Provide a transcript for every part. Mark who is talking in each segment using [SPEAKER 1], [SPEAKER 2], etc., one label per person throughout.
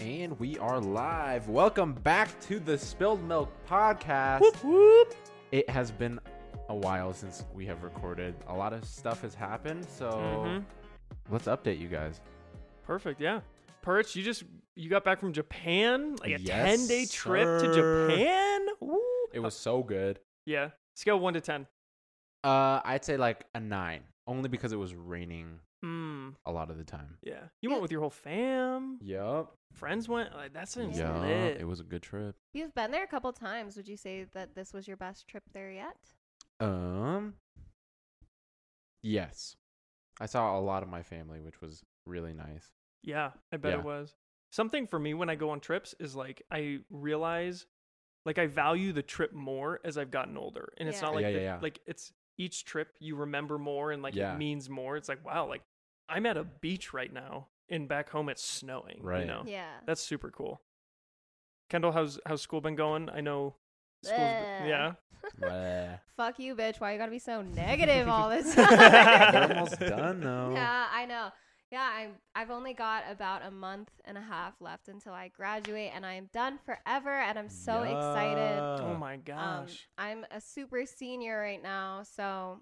[SPEAKER 1] And we are live. Welcome back to the Spilled Milk Podcast. It has been a while since we have recorded. A lot of stuff has happened, so Mm-hmm.
[SPEAKER 2] Mhm.
[SPEAKER 1] let's update you guys.
[SPEAKER 2] Perfect. Yeah. Perch, you just you got back from Japan, like a ten day
[SPEAKER 1] Yes,
[SPEAKER 2] trip to
[SPEAKER 1] sir.
[SPEAKER 2] Japan. Woo.
[SPEAKER 1] It was so good.
[SPEAKER 2] yeah. Scale one to ten.
[SPEAKER 1] Uh, I'd say like a nine, only because it was raining
[SPEAKER 2] Hmm.
[SPEAKER 1] a lot of the time.
[SPEAKER 2] Yeah. You went with your whole fam.
[SPEAKER 1] Yup.
[SPEAKER 2] Friends went. Like that's
[SPEAKER 1] Yeah,
[SPEAKER 2] sounds lit.
[SPEAKER 1] it was a good trip.
[SPEAKER 3] You've been there a couple times. Would you say that this was your best trip there yet?
[SPEAKER 1] Um. Yes, I saw a lot of my family, which was really nice.
[SPEAKER 2] Yeah, I bet
[SPEAKER 1] Yeah.
[SPEAKER 2] it was. Something for me when I go on trips is like I realize like I value the trip more as I've gotten older. And it's
[SPEAKER 3] Yeah.
[SPEAKER 2] not like
[SPEAKER 1] Yeah,
[SPEAKER 2] the-
[SPEAKER 1] yeah, yeah.
[SPEAKER 2] like it's each trip you remember more and like
[SPEAKER 1] Yeah.
[SPEAKER 2] it means more. It's like wow, like I'm at a beach right now and back home it's snowing.
[SPEAKER 1] Right.
[SPEAKER 2] You know?
[SPEAKER 3] Yeah.
[SPEAKER 2] That's super cool. Kendall, how's how's school been going? I know school's
[SPEAKER 3] Bleh.
[SPEAKER 2] been, yeah.
[SPEAKER 1] Bleh.
[SPEAKER 3] Fuck you, bitch. Why you gotta be so negative all the
[SPEAKER 1] We're
[SPEAKER 3] time?
[SPEAKER 1] almost done though.
[SPEAKER 3] yeah, I know. Yeah, I'm, I've only got about a month and a half left until I graduate, and I am done forever, and I'm so excited.
[SPEAKER 2] Oh
[SPEAKER 1] Yeah.
[SPEAKER 2] my
[SPEAKER 3] Um,
[SPEAKER 2] gosh.
[SPEAKER 3] I'm a super senior right now, so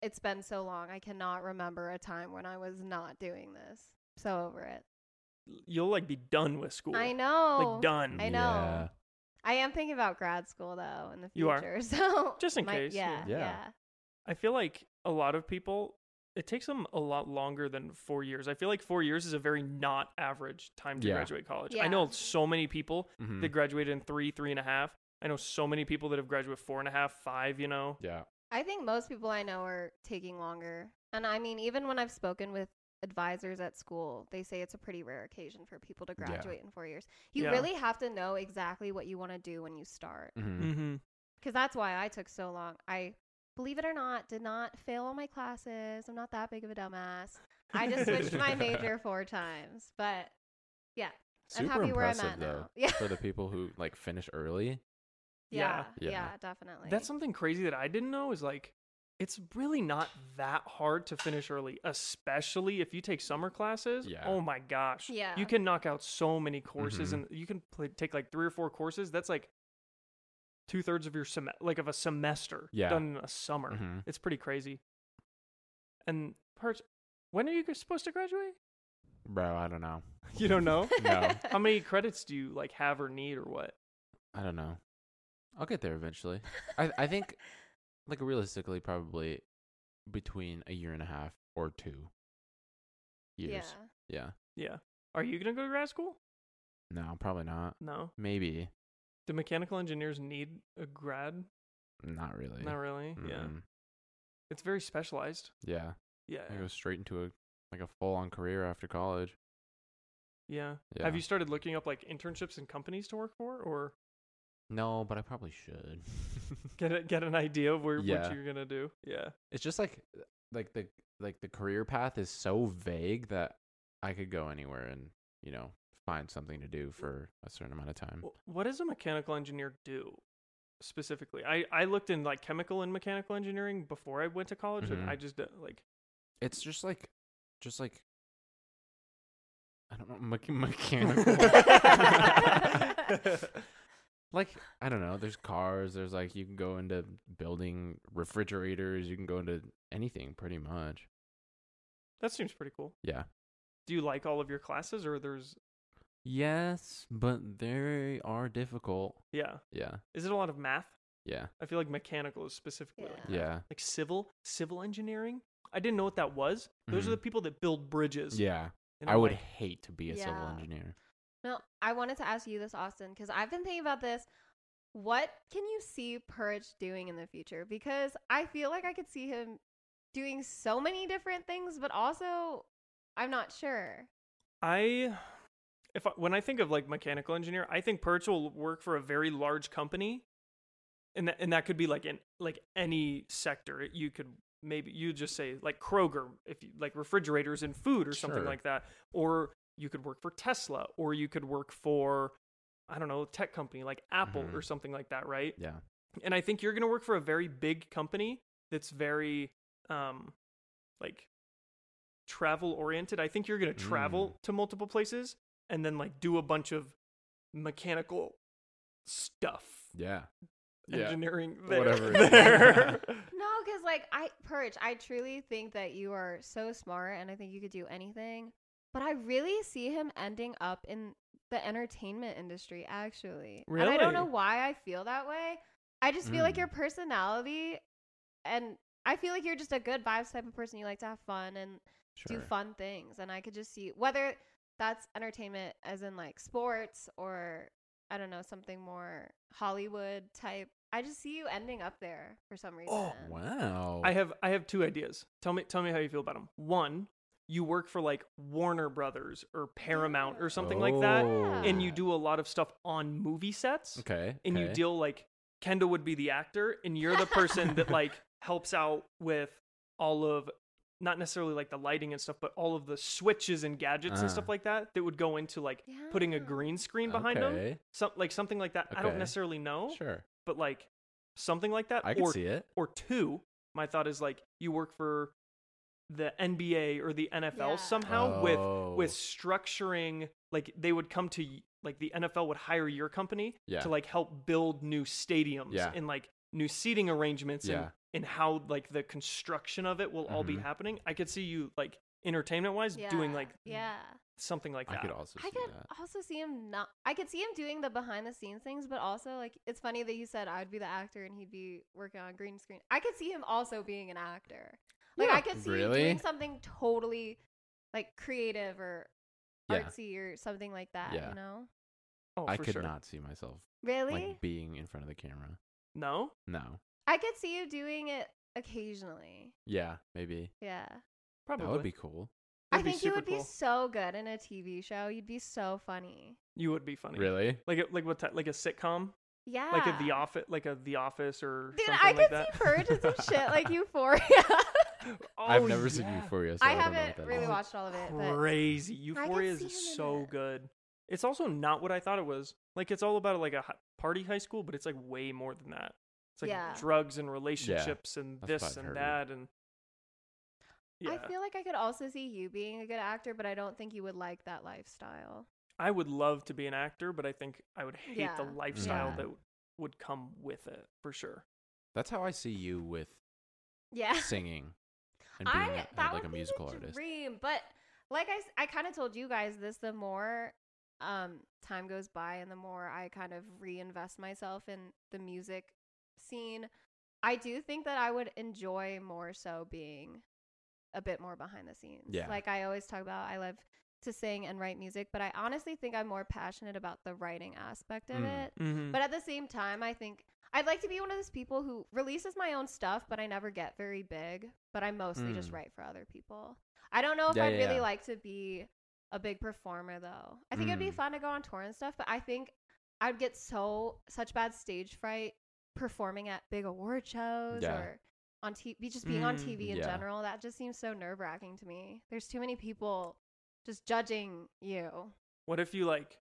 [SPEAKER 3] it's been so long. I cannot remember a time when I was not doing this. So over it.
[SPEAKER 2] You'll like be done with school.
[SPEAKER 3] I know.
[SPEAKER 2] Like done.
[SPEAKER 1] Mm-hmm.
[SPEAKER 3] I know. I am thinking about grad school though in the
[SPEAKER 2] You are.
[SPEAKER 3] future. So
[SPEAKER 2] Just in
[SPEAKER 3] might-
[SPEAKER 2] case,
[SPEAKER 3] Yeah,
[SPEAKER 1] yeah.
[SPEAKER 3] yeah.
[SPEAKER 1] Yeah.
[SPEAKER 2] I feel like a lot of people, it takes them a lot longer than four years. I feel like four years is a very not average time to
[SPEAKER 1] Yeah.
[SPEAKER 2] graduate college. I
[SPEAKER 3] Yeah.
[SPEAKER 2] know so many people
[SPEAKER 1] Mhm.
[SPEAKER 2] that graduated in three, three and a half. I know so many people that have graduated four and a half, five, you know?
[SPEAKER 1] Yeah.
[SPEAKER 3] I think most people I know are taking longer. And I mean, even when I've spoken with advisors at school, they say it's a pretty rare occasion for people to
[SPEAKER 1] Yeah.
[SPEAKER 3] graduate in four years. You
[SPEAKER 2] Yeah.
[SPEAKER 3] really have to know exactly what you want to do when you start.
[SPEAKER 1] Mhm.
[SPEAKER 2] Mm-hmm.
[SPEAKER 3] Because that's why I took so long. I, believe it or not, did not fail all my classes. I'm not that big of a dumbass. I just switched my major four times. But yeah, I'm
[SPEAKER 1] Super
[SPEAKER 3] happy where I'm
[SPEAKER 1] impressive
[SPEAKER 3] at
[SPEAKER 1] though
[SPEAKER 3] now. Yeah.
[SPEAKER 1] for the people who like finish early.
[SPEAKER 3] Yeah,
[SPEAKER 2] Yeah.
[SPEAKER 1] Yeah.
[SPEAKER 3] yeah, definitely.
[SPEAKER 2] That's something crazy that I didn't know is like, it's really not that hard to finish early, especially if you take summer classes.
[SPEAKER 1] Yeah.
[SPEAKER 2] Oh my gosh.
[SPEAKER 3] Yeah.
[SPEAKER 2] You can knock out so many courses
[SPEAKER 1] Mm-hmm.
[SPEAKER 2] and you can play, take like three or four courses. That's like two thirds of your sem- like of a semester
[SPEAKER 1] Yeah.
[SPEAKER 2] done in a summer.
[SPEAKER 1] Mhm.
[SPEAKER 2] It's pretty crazy. And parts, when are you guys supposed to graduate?
[SPEAKER 1] Bro, I don't know.
[SPEAKER 2] You don't know.
[SPEAKER 1] No,
[SPEAKER 2] How many credits do you like have or need or what?
[SPEAKER 1] I don't know. I'll get there eventually. I I think like realistically probably between a year and a half or two years. Yeah.
[SPEAKER 2] Yeah. Are you gonna go to grad school?
[SPEAKER 1] No, probably not.
[SPEAKER 2] No.
[SPEAKER 1] Maybe.
[SPEAKER 2] Do mechanical engineers need a grad?
[SPEAKER 1] Not really.
[SPEAKER 2] Not really. Yeah.
[SPEAKER 1] Mm-mm.
[SPEAKER 2] It's very specialized.
[SPEAKER 1] Yeah.
[SPEAKER 2] Yeah.
[SPEAKER 1] I go straight into a like a full on career after college.
[SPEAKER 2] yeah.
[SPEAKER 1] Yeah.
[SPEAKER 2] Have you started looking up like internships and companies to work for or
[SPEAKER 1] No, but I probably should.
[SPEAKER 2] get a, get an idea of where
[SPEAKER 1] Yeah.
[SPEAKER 2] what you're going to do? Yeah.
[SPEAKER 1] it's just like uh, like the like the career path is so vague that I could go anywhere and you know find something to do for a certain amount of time.
[SPEAKER 2] Wh- What does a mechanical engineer do specifically? I I looked in like chemical and mechanical engineering before I went to college
[SPEAKER 1] Mhm.
[SPEAKER 2] and I just don't- like
[SPEAKER 1] It's just like just like I don't know me- mechanical. like I don't know. There's cars. There's like you can go into building refrigerators. You can go into anything pretty much.
[SPEAKER 2] that seems pretty cool.
[SPEAKER 1] Yeah.
[SPEAKER 2] Do you like all of your classes or there's
[SPEAKER 1] Yes, but they are difficult.
[SPEAKER 2] yeah.
[SPEAKER 1] Yeah.
[SPEAKER 2] Is it a lot of math?
[SPEAKER 1] Yeah.
[SPEAKER 2] I feel like mechanical is specifically like
[SPEAKER 3] Yeah.
[SPEAKER 2] math.
[SPEAKER 1] Yeah.
[SPEAKER 2] like civil civil engineering. I didn't know what that was. Those
[SPEAKER 1] Mhm.
[SPEAKER 2] are the people that build bridges.
[SPEAKER 1] Yeah.
[SPEAKER 2] And
[SPEAKER 1] I
[SPEAKER 2] I'm
[SPEAKER 1] would
[SPEAKER 2] like,
[SPEAKER 1] hate to be a civil
[SPEAKER 3] Yeah.
[SPEAKER 1] engineer.
[SPEAKER 3] No, I wanted to ask you this, Austin, because I've been thinking about this. What can you see Purge doing in the future? Because I feel like I could see him doing so many different things, but also I'm not sure.
[SPEAKER 2] I if I, when I think of like mechanical engineer, I think Perch will work for a very large company, and that and that could be like in like any sector. It- You could maybe you just say like Kroger if you like refrigerators and food or something
[SPEAKER 1] Sure.
[SPEAKER 2] like that, or you could work for Tesla, or you could work for I don't know a tech company like Apple
[SPEAKER 1] Mhm.
[SPEAKER 2] or something like that, right?
[SPEAKER 1] Yeah.
[SPEAKER 2] and I think you're going to work for a very big company that's very um
[SPEAKER 1] Mm.
[SPEAKER 2] like travel oriented. I think you're going to travel to multiple places and then like do a bunch of mechanical stuff,
[SPEAKER 1] Yeah.
[SPEAKER 2] engineering there,
[SPEAKER 1] Whatever it is.
[SPEAKER 2] there.
[SPEAKER 3] No, because like I purge, I truly think that you are so smart, and I think you could do anything. But I really see him ending up in the entertainment industry, actually. And I don't know
[SPEAKER 2] Really?
[SPEAKER 3] why I feel that way. I just feel like
[SPEAKER 1] Mm.
[SPEAKER 3] your personality, and I feel like you're just a good vibes type of person. You like to have fun and
[SPEAKER 1] Sure.
[SPEAKER 3] do fun things, and I could just see whether that's entertainment, as in like sports or I don't know something more Hollywood type. I just see you ending up there for some reason.
[SPEAKER 2] Oh,
[SPEAKER 1] Wow.
[SPEAKER 2] I have I have two ideas. Tell me tell me how you feel about them. One, you work for like Warner Brothers or Paramount or something like that, and you
[SPEAKER 1] Oh.
[SPEAKER 2] do a lot of stuff on movie sets,
[SPEAKER 1] Okay.
[SPEAKER 2] and you
[SPEAKER 1] okay.
[SPEAKER 2] deal like Kendall would be the actor, and you're the person that like helps out with all of not necessarily like the lighting and stuff, but all of the switches and gadgets
[SPEAKER 1] Uh.
[SPEAKER 2] and stuff like that that would go into like putting a
[SPEAKER 3] Yeah.
[SPEAKER 2] green screen behind them,
[SPEAKER 1] okay.
[SPEAKER 2] some, like something like that. I don't
[SPEAKER 1] Okay.
[SPEAKER 2] necessarily know,
[SPEAKER 1] Sure.
[SPEAKER 2] but like something like that,
[SPEAKER 1] I can
[SPEAKER 2] or
[SPEAKER 1] see it.
[SPEAKER 2] or two, my thought is like you work for the NBA or the NFL
[SPEAKER 3] Yeah.
[SPEAKER 2] somehow with
[SPEAKER 1] Oh.
[SPEAKER 2] with structuring like they would come to y- like the NFL would hire your company
[SPEAKER 1] Yeah.
[SPEAKER 2] to like help build new stadiums
[SPEAKER 1] Yeah.
[SPEAKER 2] and like new seating arrangements and,
[SPEAKER 1] Yeah.
[SPEAKER 2] and how like the construction of it will all be
[SPEAKER 1] Mhm.
[SPEAKER 2] happening. I could see you like entertainment wise doing like
[SPEAKER 3] yeah
[SPEAKER 2] something like
[SPEAKER 1] I
[SPEAKER 2] that.
[SPEAKER 1] could also
[SPEAKER 3] i
[SPEAKER 1] see
[SPEAKER 3] could
[SPEAKER 1] that.
[SPEAKER 3] also see him not i could see him doing the behind the scenes things but also like it's funny that you said i'd be the actor and he'd be working on green screen i could see him also being an actor like i could see you
[SPEAKER 1] Really?
[SPEAKER 3] doing something totally like creative or
[SPEAKER 1] Yeah.
[SPEAKER 3] artsy or something like that
[SPEAKER 1] Yeah.
[SPEAKER 3] you know
[SPEAKER 2] oh,
[SPEAKER 1] I
[SPEAKER 2] for
[SPEAKER 1] could
[SPEAKER 2] sure.
[SPEAKER 1] not see myself
[SPEAKER 3] really
[SPEAKER 1] like being in front of the camera.
[SPEAKER 2] No,
[SPEAKER 1] No.
[SPEAKER 3] i could see you doing it occasionally
[SPEAKER 1] Yeah, maybe.
[SPEAKER 3] yeah
[SPEAKER 2] probably.
[SPEAKER 1] That would be cool.
[SPEAKER 3] i
[SPEAKER 2] That'd be
[SPEAKER 3] think you
[SPEAKER 2] super
[SPEAKER 3] would be
[SPEAKER 2] cool.
[SPEAKER 3] so good in a tv show you'd be so funny
[SPEAKER 2] You would be funny.
[SPEAKER 1] Really?
[SPEAKER 2] Like a, like what type? Like a sitcom?
[SPEAKER 3] yeah
[SPEAKER 2] Like a The Office? Like a The Office or
[SPEAKER 3] Dude,
[SPEAKER 2] something
[SPEAKER 3] I
[SPEAKER 2] like
[SPEAKER 3] could
[SPEAKER 2] that?
[SPEAKER 3] see Purge and some shit like Euphoria.
[SPEAKER 1] I've
[SPEAKER 2] Oh,
[SPEAKER 1] never seen
[SPEAKER 2] yeah.
[SPEAKER 1] Euphoria. So
[SPEAKER 3] I
[SPEAKER 1] I, don't know
[SPEAKER 3] haven't
[SPEAKER 1] what that
[SPEAKER 3] really
[SPEAKER 1] is.
[SPEAKER 2] is.
[SPEAKER 3] watched all of it, but
[SPEAKER 2] Oh, crazy. Euphoria
[SPEAKER 3] see him
[SPEAKER 2] is
[SPEAKER 3] in
[SPEAKER 2] so
[SPEAKER 3] that.
[SPEAKER 2] good. It's also not what I thought it was. Like it's all about like a hi- party high school, but it's like way more than that. It's like
[SPEAKER 3] Yeah.
[SPEAKER 2] drugs and relationships
[SPEAKER 1] that's
[SPEAKER 2] and
[SPEAKER 1] what
[SPEAKER 2] this
[SPEAKER 1] I've
[SPEAKER 2] and
[SPEAKER 1] heard.
[SPEAKER 2] that and yeah.
[SPEAKER 3] I feel like I could also see you being a good actor, but I don't think you would like that lifestyle.
[SPEAKER 2] I would love to be an actor, but I think I would hate the
[SPEAKER 3] Yeah.
[SPEAKER 2] lifestyle
[SPEAKER 1] Yeah.
[SPEAKER 2] that would come with it for sure.
[SPEAKER 1] That's how I see you with
[SPEAKER 3] Yeah,
[SPEAKER 1] singing and being
[SPEAKER 3] I
[SPEAKER 1] a-
[SPEAKER 3] that
[SPEAKER 1] like
[SPEAKER 3] would
[SPEAKER 1] a
[SPEAKER 3] be
[SPEAKER 1] musical
[SPEAKER 3] the
[SPEAKER 1] artist.
[SPEAKER 3] dream. But like I, s- I kind of told you guys this. The more um time goes by, and the more I kind of reinvest myself in the music scene, I do think that I would enjoy more so being a bit more behind the scenes.
[SPEAKER 1] Yeah.
[SPEAKER 3] Like I always talk about, I love to sing and write music, but I honestly think I'm more passionate about the writing aspect of
[SPEAKER 1] Mm.
[SPEAKER 3] it. But at the same time, I think I'd like to be one of those people who releases my own stuff, but I never get very big. But I mostly just
[SPEAKER 1] Mm.
[SPEAKER 3] write for other people. I don't know if
[SPEAKER 1] Yeah,
[SPEAKER 3] I'd
[SPEAKER 1] yeah,
[SPEAKER 3] really
[SPEAKER 1] yeah.
[SPEAKER 3] like to be a big performer, though. I think it'd be
[SPEAKER 1] Mm.
[SPEAKER 3] fun to go on tour and stuff, but I think I'd get so such bad stage fright performing at big award shows
[SPEAKER 1] Yeah.
[SPEAKER 3] or on TV, just being on
[SPEAKER 2] Mm.
[SPEAKER 3] TV in
[SPEAKER 1] Yeah.
[SPEAKER 3] general. That just seems so nerve wracking to me. There's too many people just judging you
[SPEAKER 2] What if you like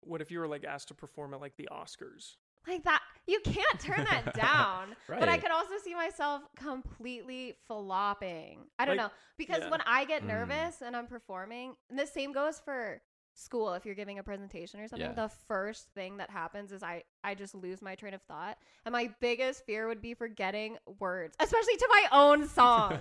[SPEAKER 2] what if you were like asked to perform at like the Oscars?
[SPEAKER 3] like that. You can't turn that down.
[SPEAKER 1] Right.
[SPEAKER 3] But I could also see myself completely flopping. I don't
[SPEAKER 2] Like-
[SPEAKER 3] know. Because
[SPEAKER 2] yeah.
[SPEAKER 3] when I get
[SPEAKER 1] Mm.
[SPEAKER 3] nervous and I'm performing, and the same goes for school if you're giving a presentation or something,
[SPEAKER 1] Yeah.
[SPEAKER 3] the first thing that happens is I I just lose my train of thought. And my biggest fear would be forgetting words, especially to my own song.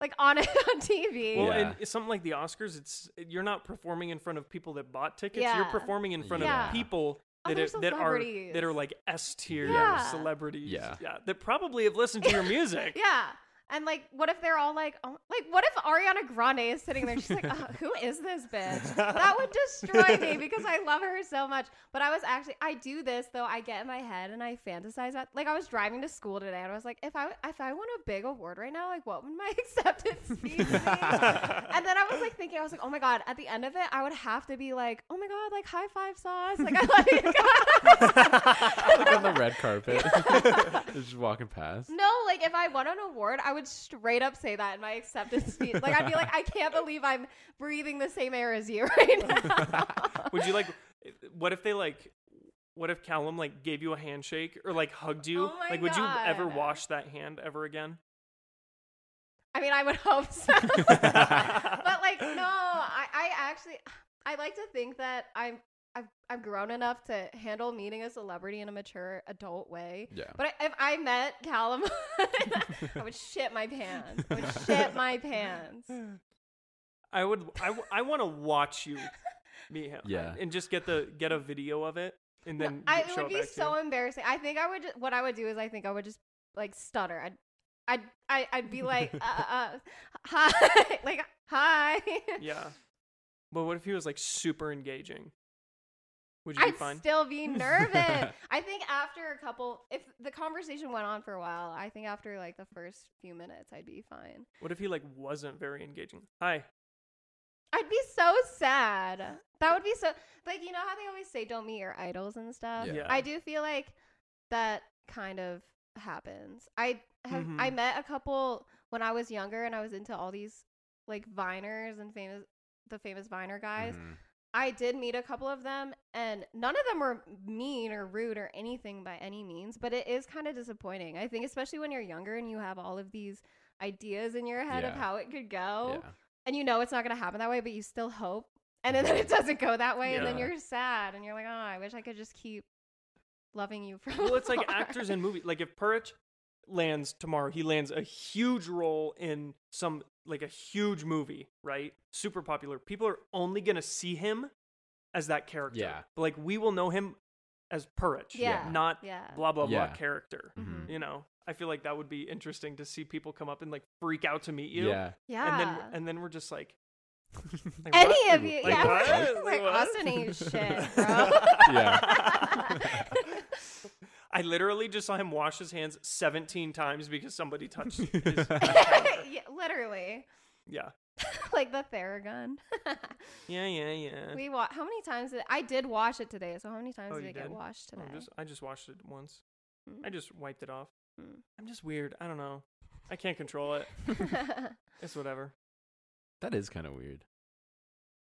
[SPEAKER 3] like on on TV.
[SPEAKER 2] Well,
[SPEAKER 1] Yeah.
[SPEAKER 2] and it's something like the Oscars, it's you're not performing in front of people that bought tickets. You're
[SPEAKER 3] Yeah.
[SPEAKER 2] performing in front
[SPEAKER 1] Yeah.
[SPEAKER 2] of people
[SPEAKER 3] Other
[SPEAKER 2] that are, that are that are
[SPEAKER 3] celebrities.
[SPEAKER 2] like S tier
[SPEAKER 3] Yeah.
[SPEAKER 2] celebrities.
[SPEAKER 1] Yeah.
[SPEAKER 2] that probably have listened to your music.
[SPEAKER 3] Yeah. And like, what if they're all like, oh, like, what if Ariana Grande is sitting there? She's like, uh, who is this bitch? That would destroy me because I love her so much. But I was actually, I do this though. I get in my head and I fantasize. About, like, I was driving to school today and I was like, if I if I won a big award right now, like, what would my acceptance speech be? and then I was like thinking, I was like, oh my god. At the end of it, I would have to be like, oh my god, like high five sauce. Like I love you guys.
[SPEAKER 1] like on the red carpet, just walking past.
[SPEAKER 3] No, like if I won an award, I would straight up say that in my acceptance speech. Like I'd be like, I can't believe I'm breathing the same air as you right now.
[SPEAKER 2] Would you like? What if they like? What if Callum like gave you a handshake or like hugged you?
[SPEAKER 3] Oh my
[SPEAKER 2] like, would you ever
[SPEAKER 3] God.
[SPEAKER 2] wash that hand ever again?
[SPEAKER 3] I mean, I would hope so. but like, no, I, I actually, I like to think that I'm I've I've grown enough to handle meeting a celebrity in a mature adult way.
[SPEAKER 1] Yeah.
[SPEAKER 3] But I, if I met Callum, I would shit my pants. I would shit my pants.
[SPEAKER 2] I would. I, w- I want to watch you meet him.
[SPEAKER 1] Yeah.
[SPEAKER 2] And just get the get a video of it, and
[SPEAKER 3] No,
[SPEAKER 2] then
[SPEAKER 3] I,
[SPEAKER 2] get-
[SPEAKER 3] it
[SPEAKER 2] show
[SPEAKER 3] would be
[SPEAKER 2] back to
[SPEAKER 3] so
[SPEAKER 2] you.
[SPEAKER 3] embarrassing. I think I would. Just, what I would do is I think I would just like stutter. I'd I'd I- I'd be like, uh, uh, hi, like hi.
[SPEAKER 2] Yeah. But what if he was like super engaging? Would you be
[SPEAKER 3] I'd
[SPEAKER 2] fine?
[SPEAKER 3] still be nervous. I think after a couple, if the conversation went on for a while, I think after like the first few minutes, I'd be fine.
[SPEAKER 2] what if he like wasn't very engaging? Hi.
[SPEAKER 3] I'd be so sad. That would be so like you know how they always say don't meet your idols and stuff.
[SPEAKER 1] Yeah.
[SPEAKER 2] Yeah.
[SPEAKER 3] I do feel like that kind of happens. I have I
[SPEAKER 1] Mm-hmm.
[SPEAKER 2] Mhm.
[SPEAKER 3] met a couple when I was younger and I was into all these like viners and famous the famous viner guys.
[SPEAKER 1] Mhm.
[SPEAKER 3] I did meet a couple of them and none of them were mean or rude or anything by any means, but it is kind of disappointing. I think especially when you're younger and you have all of these ideas in your head of
[SPEAKER 1] Yeah.
[SPEAKER 3] how it could go
[SPEAKER 1] Yeah.
[SPEAKER 3] and you know it's not going to happen that way, but you still hope. And then
[SPEAKER 2] Mm-hmm.
[SPEAKER 3] it doesn't go that way, and then
[SPEAKER 1] Yeah.
[SPEAKER 3] you're sad, and you're like, oh, I wish I could just keep loving you from.
[SPEAKER 2] Well, it's like
[SPEAKER 3] afar."
[SPEAKER 2] actors in movies. Like if Perich lands tomorrow, he lands a huge role in some like a huge movie, right? Super popular. People are only gonna see him as that character.
[SPEAKER 1] Yeah.
[SPEAKER 2] But like we will know him as Perich.
[SPEAKER 3] yeah,
[SPEAKER 1] Yeah.
[SPEAKER 2] Not
[SPEAKER 3] yeah,
[SPEAKER 2] blah blah
[SPEAKER 1] Yeah.
[SPEAKER 2] blah character.
[SPEAKER 1] Mhm.
[SPEAKER 3] Mhm.
[SPEAKER 2] You know? I feel like that would be interesting to see people come up and like freak out to meet you.
[SPEAKER 1] Yeah.
[SPEAKER 3] yeah.
[SPEAKER 2] And then and then we're just like, like,
[SPEAKER 3] Ah. any
[SPEAKER 2] what?
[SPEAKER 3] of you,
[SPEAKER 2] Like
[SPEAKER 3] yeah,
[SPEAKER 2] what?
[SPEAKER 3] like
[SPEAKER 2] Like what?
[SPEAKER 3] Austin ain't shit, bro.
[SPEAKER 1] Yeah.
[SPEAKER 2] I literally just saw him wash his hands 17 times because somebody touched his.
[SPEAKER 3] yeah, literally,
[SPEAKER 2] yeah.
[SPEAKER 3] like the Theragun.
[SPEAKER 2] Yeah, yeah, yeah.
[SPEAKER 3] we wa- How many times did I did wash it today? So how many times
[SPEAKER 2] Oh,
[SPEAKER 3] did
[SPEAKER 2] you
[SPEAKER 3] it get
[SPEAKER 2] did?
[SPEAKER 3] washed
[SPEAKER 2] Oh,
[SPEAKER 3] today?
[SPEAKER 2] just, I just washed it once.
[SPEAKER 3] Mm.
[SPEAKER 2] I just wiped it off.
[SPEAKER 3] Mm.
[SPEAKER 2] I'm just weird. I don't know. I can't control it. It's whatever.
[SPEAKER 1] That is kind of weird.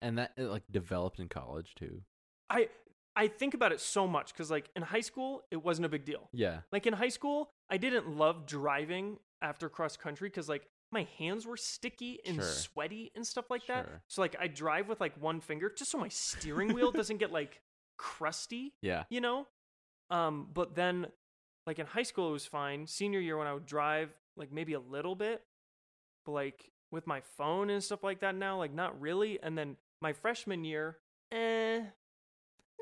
[SPEAKER 1] And that it, like developed in college too.
[SPEAKER 2] I I think about it so much because like in high school it wasn't a big deal.
[SPEAKER 1] Yeah.
[SPEAKER 2] Like in high school, I didn't love driving after cross country because like my hands were sticky and
[SPEAKER 1] Sure.
[SPEAKER 2] sweaty and stuff like
[SPEAKER 1] Sure.
[SPEAKER 2] that. So like I drive with like one finger just so my steering wheel doesn't get like crusty,
[SPEAKER 1] Yeah.
[SPEAKER 2] you know? Um, but then like in high school it was fine. Senior year when I would drive, like maybe a little bit, but like with my phone and stuff like that now, like not really. And then my freshman year, eh,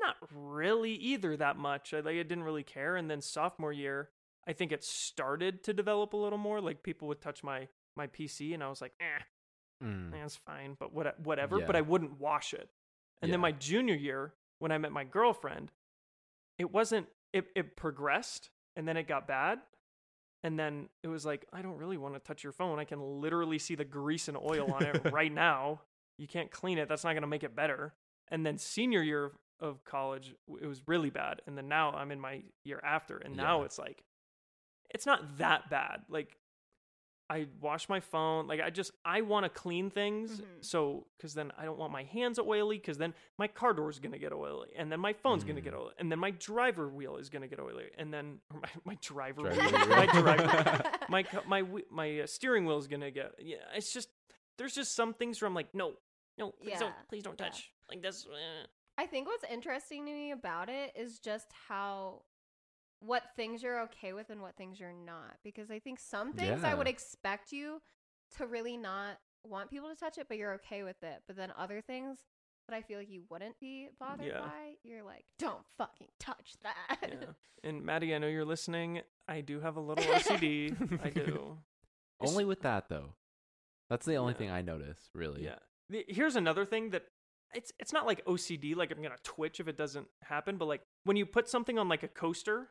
[SPEAKER 2] not really either that much. I like I didn't really care. And then sophomore year, I think it started to develop a little more. Like people would touch my my PC, and I was like, eh,
[SPEAKER 1] Mm.
[SPEAKER 2] that's fine, but what, whatever. But
[SPEAKER 1] Yeah.
[SPEAKER 2] I wouldn't wash it. And then
[SPEAKER 1] Yeah.
[SPEAKER 2] my junior year, when I met my girlfriend, it wasn't. It it progressed, and then it got bad. And then it was like, I don't really want to touch your phone. I can literally see the grease and oil on it right now. You can't clean it. That's not going to make it better. And then senior year of, of college, w- it was really bad. And then now I'm in my year after. And now
[SPEAKER 1] Yeah.
[SPEAKER 2] it's like, it's not that bad. Like, I wash my phone. Like, I just, I want to clean things.
[SPEAKER 3] Mhm.
[SPEAKER 2] So, because then I don't want my hands oily, because then my car door is going to get oily. And then my phone's going to
[SPEAKER 1] Mm.
[SPEAKER 2] get oily. And then my driver wheel is going to get oily. And then or my, my driver,
[SPEAKER 1] Driver
[SPEAKER 2] wheel,
[SPEAKER 1] wheel.
[SPEAKER 2] my driver, my cu- my whe- my uh, steering wheel is gonna get. Yeah, it's just there's just some things where I'm like, no, no, please don't,
[SPEAKER 3] Yeah,
[SPEAKER 2] please don't
[SPEAKER 3] yeah.
[SPEAKER 2] touch. Like that's uh,
[SPEAKER 3] I think what's interesting to me about it is just how what things you're okay with and what things you're not. Because I think some things I would
[SPEAKER 1] Yeah.
[SPEAKER 3] expect you to really not want people to touch it, but you're okay with it. But then other things that I feel like you wouldn't be bothered
[SPEAKER 2] Yeah.
[SPEAKER 3] by, you're like, don't fucking touch that.
[SPEAKER 2] yeah. And Maddie, I know you're listening. I do have a little OCD. I do. It's-
[SPEAKER 1] Only with that though. That's the only
[SPEAKER 2] Yeah.
[SPEAKER 1] thing I notice, really.
[SPEAKER 2] Yeah. The- Here's another thing that it's it's not like OCD. Like I'm gonna twitch if it doesn't happen. But like when you put something on like a coaster,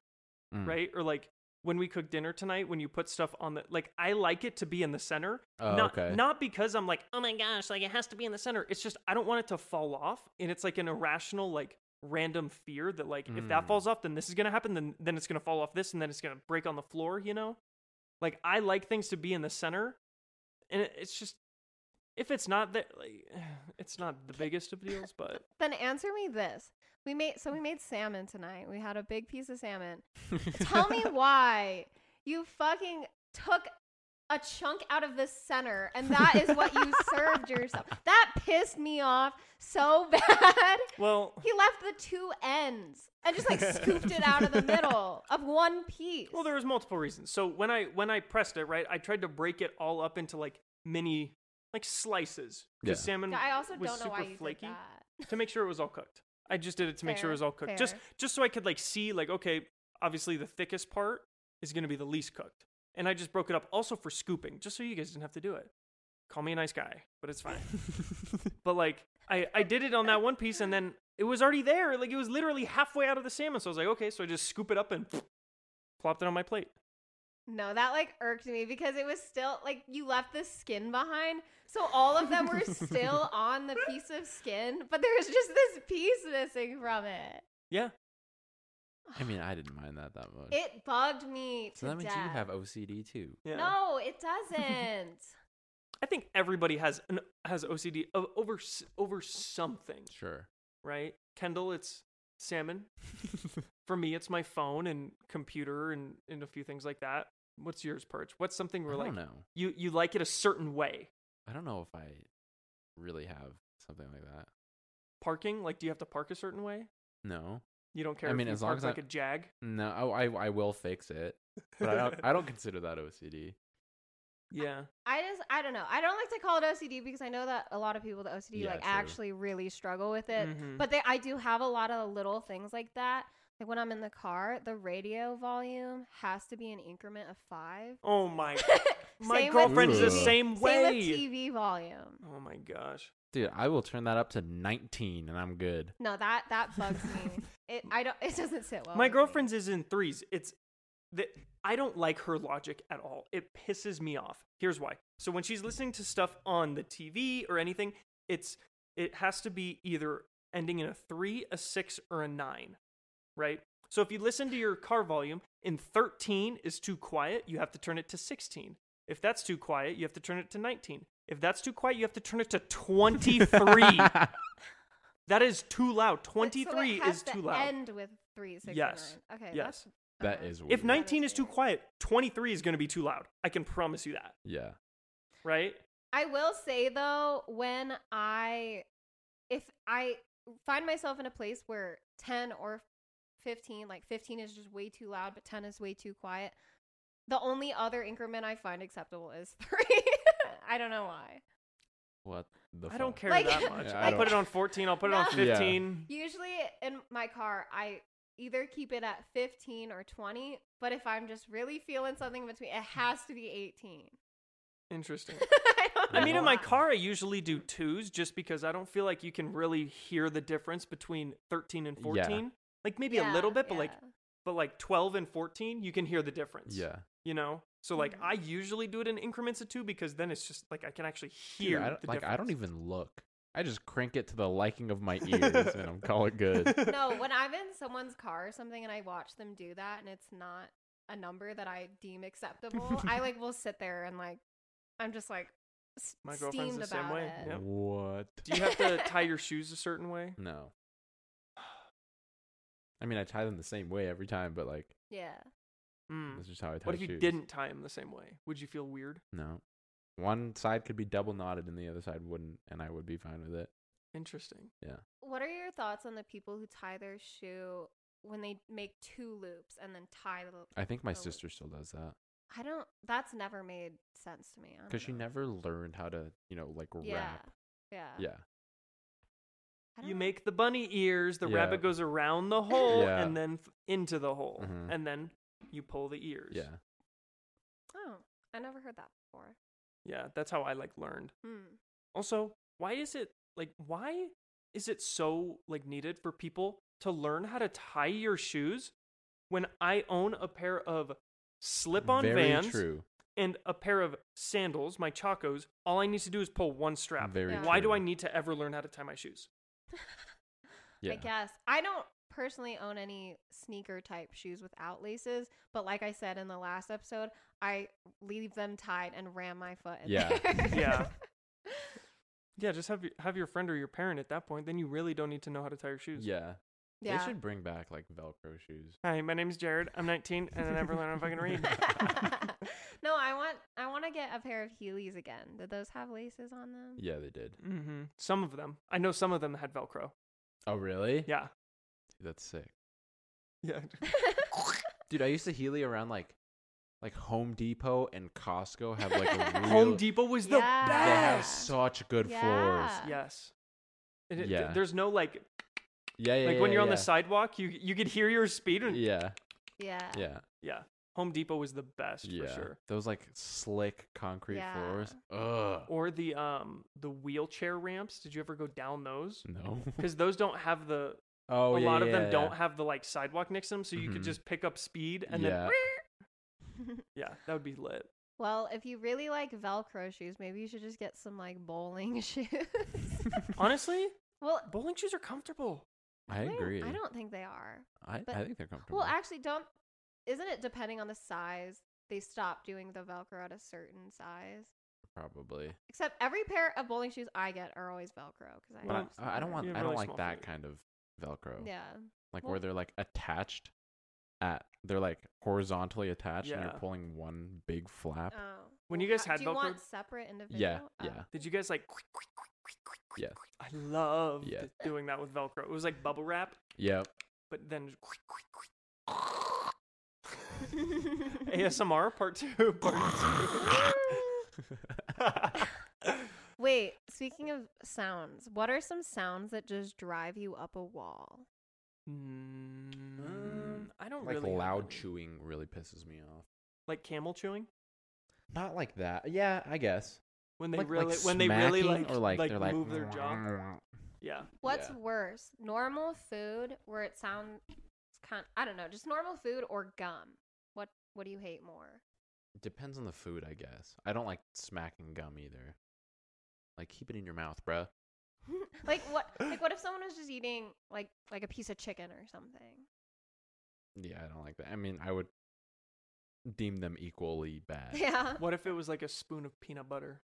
[SPEAKER 1] Mm.
[SPEAKER 2] right? Or like when we cook dinner tonight, when you put stuff on the like, I like it to be in the center.
[SPEAKER 1] Oh,
[SPEAKER 2] not,
[SPEAKER 1] okay.
[SPEAKER 2] Not because I'm like, oh my gosh, like it has to be in the center. It's just I don't want it to fall off, and it's like an irrational, like random fear that like if that
[SPEAKER 1] Mm.
[SPEAKER 2] falls off, then this is gonna happen. Then then it's gonna fall off this, and then it's gonna break on the floor. You know, like I like things to be in the center, and it, it's just if it's not that, like, it's not the biggest of deals, but
[SPEAKER 3] Then answer me this. We made so
[SPEAKER 2] Mm.
[SPEAKER 3] we made salmon tonight. We had a big piece of salmon. Tell me why you fucking took a chunk out of the center, and that is what you served yourself. That pissed me off so bad.
[SPEAKER 2] Well,
[SPEAKER 3] He left the two ends and just like scooped it out of the middle of one piece.
[SPEAKER 2] well, there was multiple reasons. So when I when I pressed it, right, I tried to break it all up into like mini, like slices.
[SPEAKER 1] Yeah.
[SPEAKER 2] Because salmon
[SPEAKER 3] I also don't
[SPEAKER 2] was
[SPEAKER 3] know
[SPEAKER 2] super
[SPEAKER 3] why you
[SPEAKER 2] flaky.
[SPEAKER 3] did that.
[SPEAKER 2] to make sure it was all cooked. I just did it to make sure
[SPEAKER 3] Fair,
[SPEAKER 2] it was all cooked. Just
[SPEAKER 3] fair.
[SPEAKER 2] just so I could like see like okay, obviously the thickest part is going to be the least cooked. And I just broke it up also for scooping, just so you guys didn't have to do it. Call me a nice guy, but it's fine. but like I I did it on that one piece and then it was already there. Like it was literally halfway out of the salmon. So I was like, okay, so I just scoop it up and plopped it on my plate.
[SPEAKER 3] No, that like irked me because it was still like you left the skin behind. So all of them were still on the piece of skin, but there was just this piece missing from it.
[SPEAKER 2] Yeah.
[SPEAKER 1] I mean, I didn't mind that that much.
[SPEAKER 3] It bugged me. To
[SPEAKER 1] so that means you
[SPEAKER 3] death.
[SPEAKER 1] have OCD too.
[SPEAKER 2] Yeah.
[SPEAKER 3] No, it doesn't.
[SPEAKER 2] I think everybody has an has OCD o- over s- over something.
[SPEAKER 1] Sure.
[SPEAKER 2] right? Kendall, it's salmon. For me, it's my phone and computer and, and a few things like that. What's yours, Perch? What's something
[SPEAKER 1] I
[SPEAKER 2] we're like
[SPEAKER 1] don't know.
[SPEAKER 2] you you like it a certain way?
[SPEAKER 1] I don't know if I really have something like that.
[SPEAKER 2] Parking, like do you have to park a certain way?
[SPEAKER 1] No.
[SPEAKER 2] You don't care.
[SPEAKER 1] I
[SPEAKER 2] if
[SPEAKER 1] mean,
[SPEAKER 2] you
[SPEAKER 1] as long
[SPEAKER 2] park
[SPEAKER 1] as I-
[SPEAKER 2] like a jag.
[SPEAKER 1] No, oh, I, I, I will fix it. But I don't, I don't consider that OCD.
[SPEAKER 2] yeah,
[SPEAKER 3] I just I don't know. I don't like to call it OCD because I know that a lot of people with OCD
[SPEAKER 1] Yeah,
[SPEAKER 3] like
[SPEAKER 1] true. Mm-hmm.
[SPEAKER 3] actually really struggle with it.
[SPEAKER 2] Mhm.
[SPEAKER 3] But they I do have a lot of little things like that. Like when I'm in the car, the radio volume has to be an increment of five.
[SPEAKER 2] Oh my, my
[SPEAKER 3] Same with
[SPEAKER 2] girlfriend's the
[SPEAKER 1] TV.
[SPEAKER 2] same way.
[SPEAKER 3] Same with TV volume.
[SPEAKER 2] oh my gosh.
[SPEAKER 1] Dude, I will turn that up to 19 and I'm good.
[SPEAKER 3] No, that that bugs me. It I don't. It doesn't sit well.
[SPEAKER 2] my
[SPEAKER 3] with me.
[SPEAKER 2] girlfriend's is in threes. It's that I don't like her logic at all. It pisses me off. Here's why. So when she's listening to stuff on the TV or anything, it's it has to be either ending in a 3, a 6 or a 9, right? So if you listen to your car volume and 13 is too quiet, you have to turn it to 16. If that's too quiet, you have to turn it to 19. If that's too quiet, you have to turn it to 23. that is too loud.
[SPEAKER 3] But- so it
[SPEAKER 2] 23
[SPEAKER 3] has
[SPEAKER 2] is
[SPEAKER 3] to
[SPEAKER 2] too loud.
[SPEAKER 3] End with three six.
[SPEAKER 2] Yes.
[SPEAKER 3] Nine. Okay.
[SPEAKER 2] Yes.
[SPEAKER 3] that's-
[SPEAKER 1] that
[SPEAKER 3] okay.
[SPEAKER 1] is weird.
[SPEAKER 2] If 19 is too
[SPEAKER 3] Honestly.
[SPEAKER 2] quiet, 23 is going to be too loud. I can promise you that,
[SPEAKER 1] Yeah.
[SPEAKER 2] right?
[SPEAKER 3] I will say though, when I, if I find myself in a place where 10 or 15, like 15 is just way too loud, but 10 is way too quiet, the only other increment I find acceptable is three. I don't know why.
[SPEAKER 1] What the
[SPEAKER 2] I don't
[SPEAKER 1] fuck?
[SPEAKER 2] care
[SPEAKER 3] Like-
[SPEAKER 2] that much.
[SPEAKER 1] Yeah, I
[SPEAKER 2] I'll put
[SPEAKER 1] don't-
[SPEAKER 2] it on 14, I'll put it on
[SPEAKER 3] No.
[SPEAKER 1] Yeah.
[SPEAKER 2] 15.
[SPEAKER 3] Usually in my car, I either keep it at 15 or 20, but if I'm just really feeling something in between, it has to be 18.
[SPEAKER 2] Interesting.
[SPEAKER 3] I, don't
[SPEAKER 2] I
[SPEAKER 3] know
[SPEAKER 2] mean, in my
[SPEAKER 3] why.
[SPEAKER 2] car, I usually do twos just because I don't feel like you can really hear the difference between 13 and
[SPEAKER 1] Yeah.
[SPEAKER 2] 14. Like maybe a
[SPEAKER 3] Yeah,
[SPEAKER 2] little bit, but like,
[SPEAKER 3] yeah.
[SPEAKER 2] but like 12 and 14, you can hear the difference.
[SPEAKER 1] Yeah.
[SPEAKER 2] You know? So like,
[SPEAKER 3] Mhm.
[SPEAKER 2] I usually do it in increments of two because then it's just like I can actually
[SPEAKER 1] Dude,
[SPEAKER 2] hear
[SPEAKER 1] I don't,
[SPEAKER 2] the
[SPEAKER 1] like,
[SPEAKER 2] difference.
[SPEAKER 1] I don't even look. I just crank it to the liking of my ears and I'm call it good.
[SPEAKER 3] no, when I'm in someone's car or something and I watch them do that and it's not a number that I deem acceptable, I like will sit there and like I'm just like s-
[SPEAKER 2] My girlfriend's
[SPEAKER 3] steamed
[SPEAKER 2] the same
[SPEAKER 3] about
[SPEAKER 2] way.
[SPEAKER 3] it.
[SPEAKER 2] Yep.
[SPEAKER 1] What?
[SPEAKER 2] Do you have to tie your shoes a certain way?
[SPEAKER 1] No. I mean, I tie them the same way every time, but like,
[SPEAKER 3] Yeah.
[SPEAKER 2] Mm.
[SPEAKER 1] that's just how I tie
[SPEAKER 2] What if you
[SPEAKER 1] shoes.
[SPEAKER 2] didn't tie them the same way? Would you feel weird?
[SPEAKER 1] No. One side could be double knotted and the other side wouldn't, and I would be fine with it.
[SPEAKER 2] Interesting.
[SPEAKER 3] What are your thoughts on the people who tie their shoe when they make two loops and then tie the
[SPEAKER 1] I think my
[SPEAKER 3] Oh.
[SPEAKER 1] sister still does that
[SPEAKER 3] I don't that's never made sense to me. I don't
[SPEAKER 1] because she
[SPEAKER 3] know.
[SPEAKER 1] never learned how to, you know, like
[SPEAKER 3] Oh, Yeah.
[SPEAKER 1] wrap.
[SPEAKER 3] Yeah.
[SPEAKER 1] Yeah.
[SPEAKER 3] I don't
[SPEAKER 2] You
[SPEAKER 3] know.
[SPEAKER 2] make the bunny ears, the
[SPEAKER 1] Yeah.
[SPEAKER 2] rabbit goes around the hole
[SPEAKER 1] Yeah.
[SPEAKER 2] and then f- into the hole,
[SPEAKER 1] Mhm.
[SPEAKER 2] and then you pull the ears.
[SPEAKER 1] Yeah.
[SPEAKER 3] Oh, I never heard that before.
[SPEAKER 2] Yeah, that's how I like learned.
[SPEAKER 3] Hmm.
[SPEAKER 2] Also, why is it like why is it so like needed for people to learn how to tie your shoes when I own a pair of slip-on
[SPEAKER 1] Very
[SPEAKER 2] Vans
[SPEAKER 1] true.
[SPEAKER 2] and a pair of sandals, my Chacos, all I need to do is pull one strap.
[SPEAKER 1] Very
[SPEAKER 3] Yeah.
[SPEAKER 2] Why do
[SPEAKER 1] true.
[SPEAKER 2] I need to ever learn how to tie my shoes?
[SPEAKER 1] Yeah.
[SPEAKER 3] I guess. I don't personally own any sneaker type shoes without laces, but like I said in the last episode, I leave them tied and ram my foot in
[SPEAKER 1] Yeah.
[SPEAKER 3] there.
[SPEAKER 2] Yeah. Yeah, just have your, have your friend or your parent at that point. Then you really don't need to know how to tie your shoes.
[SPEAKER 1] Yeah. They
[SPEAKER 3] Yeah.
[SPEAKER 1] should bring back like Velcro shoes.
[SPEAKER 2] Hi, my name's Jared. I'm 19 and I never learned if I can read.
[SPEAKER 3] no, I want I want to get a pair of Heelys again. Did those have laces on them?
[SPEAKER 1] Yeah, they did.
[SPEAKER 3] Mm-hmm.
[SPEAKER 2] hmm Some of them. I know some of them had Velcro.
[SPEAKER 1] Oh, really?
[SPEAKER 2] Yeah.
[SPEAKER 1] That's sick.
[SPEAKER 2] Yeah.
[SPEAKER 1] Dude, I used to Healy around like like Home Depot and Costco have like a real,
[SPEAKER 2] Home Depot was the
[SPEAKER 3] Yeah.
[SPEAKER 1] They have
[SPEAKER 2] best.
[SPEAKER 1] such good floors.
[SPEAKER 3] Yeah.
[SPEAKER 2] Yes. It- it-
[SPEAKER 1] Yeah.
[SPEAKER 2] There's no like
[SPEAKER 1] Yeah, yeah.
[SPEAKER 2] like when
[SPEAKER 1] yeah,
[SPEAKER 2] you're on
[SPEAKER 1] yeah.
[SPEAKER 2] the sidewalk, you you could hear your speed and yeah.
[SPEAKER 1] Yeah,
[SPEAKER 3] yeah.
[SPEAKER 1] yeah,
[SPEAKER 2] Home Depot was the best
[SPEAKER 1] yeah.
[SPEAKER 2] for sure.
[SPEAKER 1] Those like slick concrete
[SPEAKER 3] Yeah.
[SPEAKER 1] floors. Ugh.
[SPEAKER 2] Or the um the wheelchair ramps. Did you ever go down those?
[SPEAKER 1] No.
[SPEAKER 2] Because those don't have the
[SPEAKER 1] Mm. Oh,
[SPEAKER 2] a
[SPEAKER 1] yeah,
[SPEAKER 2] lot of
[SPEAKER 1] yeah,
[SPEAKER 2] them
[SPEAKER 1] yeah.
[SPEAKER 2] don't have the like sidewalk next to them, so you
[SPEAKER 1] Mhm.
[SPEAKER 2] could just pick up speed and
[SPEAKER 1] Yeah.
[SPEAKER 2] then yeah, that would be lit.
[SPEAKER 3] well, if you really like Velcro shoes, maybe you should just get some like bowling shoes.
[SPEAKER 2] Honestly,
[SPEAKER 3] well,
[SPEAKER 2] bowling shoes are comfortable.
[SPEAKER 1] I
[SPEAKER 3] don't-
[SPEAKER 1] agree.
[SPEAKER 3] I don't think they are.
[SPEAKER 1] I,
[SPEAKER 3] but-
[SPEAKER 1] I think they're comfortable.
[SPEAKER 3] Well, actually, don't. Isn't it depending on the size? They stop doing the Velcro at a certain size.
[SPEAKER 1] probably.
[SPEAKER 3] Except every pair of bowling shoes I get are always Velcro because I.
[SPEAKER 1] But I-
[SPEAKER 2] Well,
[SPEAKER 3] just
[SPEAKER 1] I, I don't
[SPEAKER 3] never-
[SPEAKER 1] want.
[SPEAKER 2] you have
[SPEAKER 1] I don't
[SPEAKER 2] really
[SPEAKER 1] like
[SPEAKER 2] small
[SPEAKER 1] that
[SPEAKER 2] feet.
[SPEAKER 1] kind of Velcro.
[SPEAKER 3] Yeah.
[SPEAKER 1] Like
[SPEAKER 3] Well-
[SPEAKER 1] where they're like attached at. They're like horizontally attached, and
[SPEAKER 2] Yeah.
[SPEAKER 1] you're pulling one big flap.
[SPEAKER 3] Oh.
[SPEAKER 2] When
[SPEAKER 3] Well,
[SPEAKER 2] you guys
[SPEAKER 3] how-
[SPEAKER 2] had
[SPEAKER 3] do you
[SPEAKER 2] Velcro-
[SPEAKER 3] want separate individual?
[SPEAKER 1] yeah,
[SPEAKER 3] Oh.
[SPEAKER 1] yeah.
[SPEAKER 2] Did you guys like?
[SPEAKER 1] Yes.
[SPEAKER 2] I love
[SPEAKER 1] Yeah.
[SPEAKER 2] doing that with Velcro. It was like bubble wrap,
[SPEAKER 1] Yep.
[SPEAKER 2] but then
[SPEAKER 3] Oh.
[SPEAKER 2] ASMR part two. Part two.
[SPEAKER 3] Wait. Speaking of sounds, what are some sounds that just drive you up a wall?
[SPEAKER 2] Mm, I don't
[SPEAKER 1] Like
[SPEAKER 2] really have
[SPEAKER 1] loud
[SPEAKER 2] any.
[SPEAKER 1] chewing really pisses me off.
[SPEAKER 2] like camel chewing
[SPEAKER 1] Not like that. Yeah, I guess.
[SPEAKER 2] when they
[SPEAKER 1] like,
[SPEAKER 2] really
[SPEAKER 1] like
[SPEAKER 2] when they really
[SPEAKER 1] smacking
[SPEAKER 2] like
[SPEAKER 1] or like, they're like
[SPEAKER 2] move their jaw. Yeah,
[SPEAKER 3] What's
[SPEAKER 1] Yeah.
[SPEAKER 3] worse, normal food where it sounds kind I don't know, just normal food or gum? What what do you hate more?
[SPEAKER 1] Depends on the food, I guess. I don't like smacking gum either. Like keep it in your mouth, bruh.
[SPEAKER 3] like what like what if someone was just eating like like a piece of chicken or something?
[SPEAKER 1] Yeah, I don't like that. I mean, I would deem them equally bad.
[SPEAKER 3] Yeah.
[SPEAKER 2] what if it was like a spoon of peanut butter?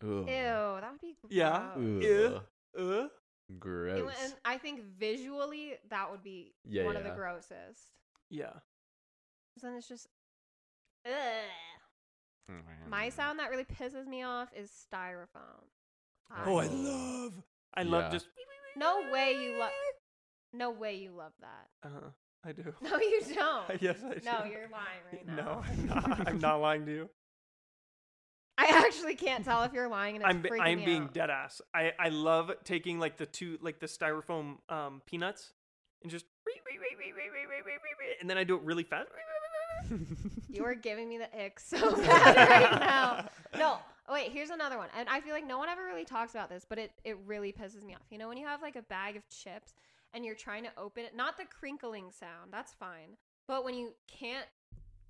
[SPEAKER 1] Ugh.
[SPEAKER 3] Ew, that would be
[SPEAKER 2] Yeah.
[SPEAKER 3] gross.
[SPEAKER 1] Ugh.
[SPEAKER 2] Ew. Uh,
[SPEAKER 3] It
[SPEAKER 1] Gross.
[SPEAKER 3] would- and I think visually that would be
[SPEAKER 1] Yeah,
[SPEAKER 3] one of
[SPEAKER 1] yeah.
[SPEAKER 3] the grossest.
[SPEAKER 2] yeah.
[SPEAKER 3] 'Cause Then it's just Ugh.
[SPEAKER 1] Mm.
[SPEAKER 3] My sound that really pisses me off is styrofoam.
[SPEAKER 2] Oh, I
[SPEAKER 1] Oh.
[SPEAKER 2] love. I love
[SPEAKER 1] Yeah.
[SPEAKER 2] just.
[SPEAKER 3] No way you love. No way you love that.
[SPEAKER 2] Uh, I do.
[SPEAKER 3] No, you don't.
[SPEAKER 2] yes, I do.
[SPEAKER 3] No, you're lying right now.
[SPEAKER 2] No, I'm not, I'm not lying to you.
[SPEAKER 3] I actually can't tell if you're lying and it's
[SPEAKER 2] I'm be-
[SPEAKER 3] freaking
[SPEAKER 2] I'm
[SPEAKER 3] me
[SPEAKER 2] being
[SPEAKER 3] out.
[SPEAKER 2] dead ass. I I love taking like the two like the styrofoam um peanuts and just and then I do it really fast. Mm.
[SPEAKER 3] You are giving me the ick so bad Oh, right now. No, oh, wait. Here's another one, and I feel like no one ever really talks about this, but it it really pisses me off. You know, when you have like a bag of chips and you're trying to open it, not the crinkling sound, that's fine, but when you can't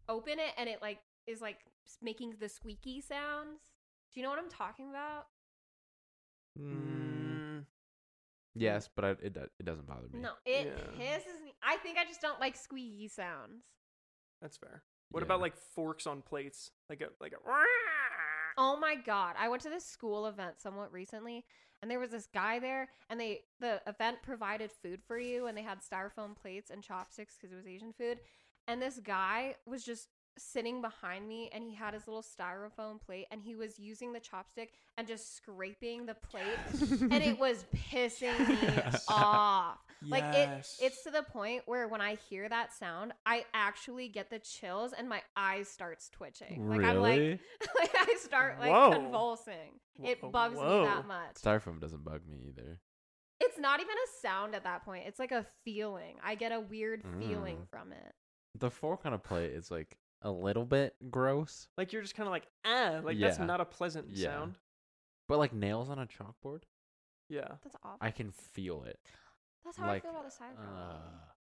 [SPEAKER 3] open it and it like is like s- making the squeaky sounds. Do you know what I'm talking about?
[SPEAKER 1] Mm,
[SPEAKER 2] Mm.
[SPEAKER 1] yes, but I, it do- it doesn't bother me.
[SPEAKER 3] No, it
[SPEAKER 2] Yeah.
[SPEAKER 3] pisses me. I think I just don't like squeaky sounds.
[SPEAKER 2] That's fair. What
[SPEAKER 1] Yeah.
[SPEAKER 2] about like forks on plates? Like a like a
[SPEAKER 3] Oh my god! I went to this school event somewhat recently, and there was this guy there, and they the event provided food for you, and they had styrofoam plates and chopsticks because it was Asian food, and this guy was just sitting behind me, and he had his little styrofoam plate, and he was using the chopstick and just scraping the plate, and it was pissing me
[SPEAKER 1] Yes.
[SPEAKER 3] off. Like
[SPEAKER 2] Yes.
[SPEAKER 3] it it's to the point where when I hear that sound, I actually get the chills and my eyes starts twitching. Like I'm like, like I start like
[SPEAKER 2] Whoa.
[SPEAKER 3] convulsing. It
[SPEAKER 2] Whoa,
[SPEAKER 3] bugs
[SPEAKER 2] whoa.
[SPEAKER 3] me that much.
[SPEAKER 1] styrofoam doesn't bug me either.
[SPEAKER 3] It's not even a sound at that point. It's like a feeling. I get a weird feeling
[SPEAKER 1] Mm.
[SPEAKER 3] from it.
[SPEAKER 1] The fork on a plate is like a little bit gross,
[SPEAKER 2] like you're just kind of like ah like that's
[SPEAKER 1] Yeah.
[SPEAKER 2] not a pleasant
[SPEAKER 1] Yeah.
[SPEAKER 2] sound.
[SPEAKER 1] but like nails on a chalkboard,
[SPEAKER 2] Yeah.
[SPEAKER 3] That's awful.
[SPEAKER 1] I can feel it.
[SPEAKER 3] That's how
[SPEAKER 1] like, uh,
[SPEAKER 3] I feel about the styrofoam.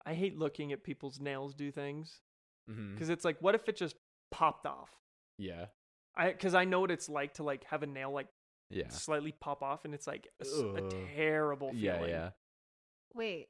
[SPEAKER 2] I hate looking at people's nails do things
[SPEAKER 1] mhm.
[SPEAKER 2] because it's like what if it just popped off?
[SPEAKER 1] Yeah,
[SPEAKER 2] I because I know what it's like to like have a nail like
[SPEAKER 1] yeah,
[SPEAKER 2] slightly pop off, and it's like a, s- a
[SPEAKER 1] Ugh.
[SPEAKER 2] terrible feeling.
[SPEAKER 1] yeah, yeah.
[SPEAKER 3] Wait,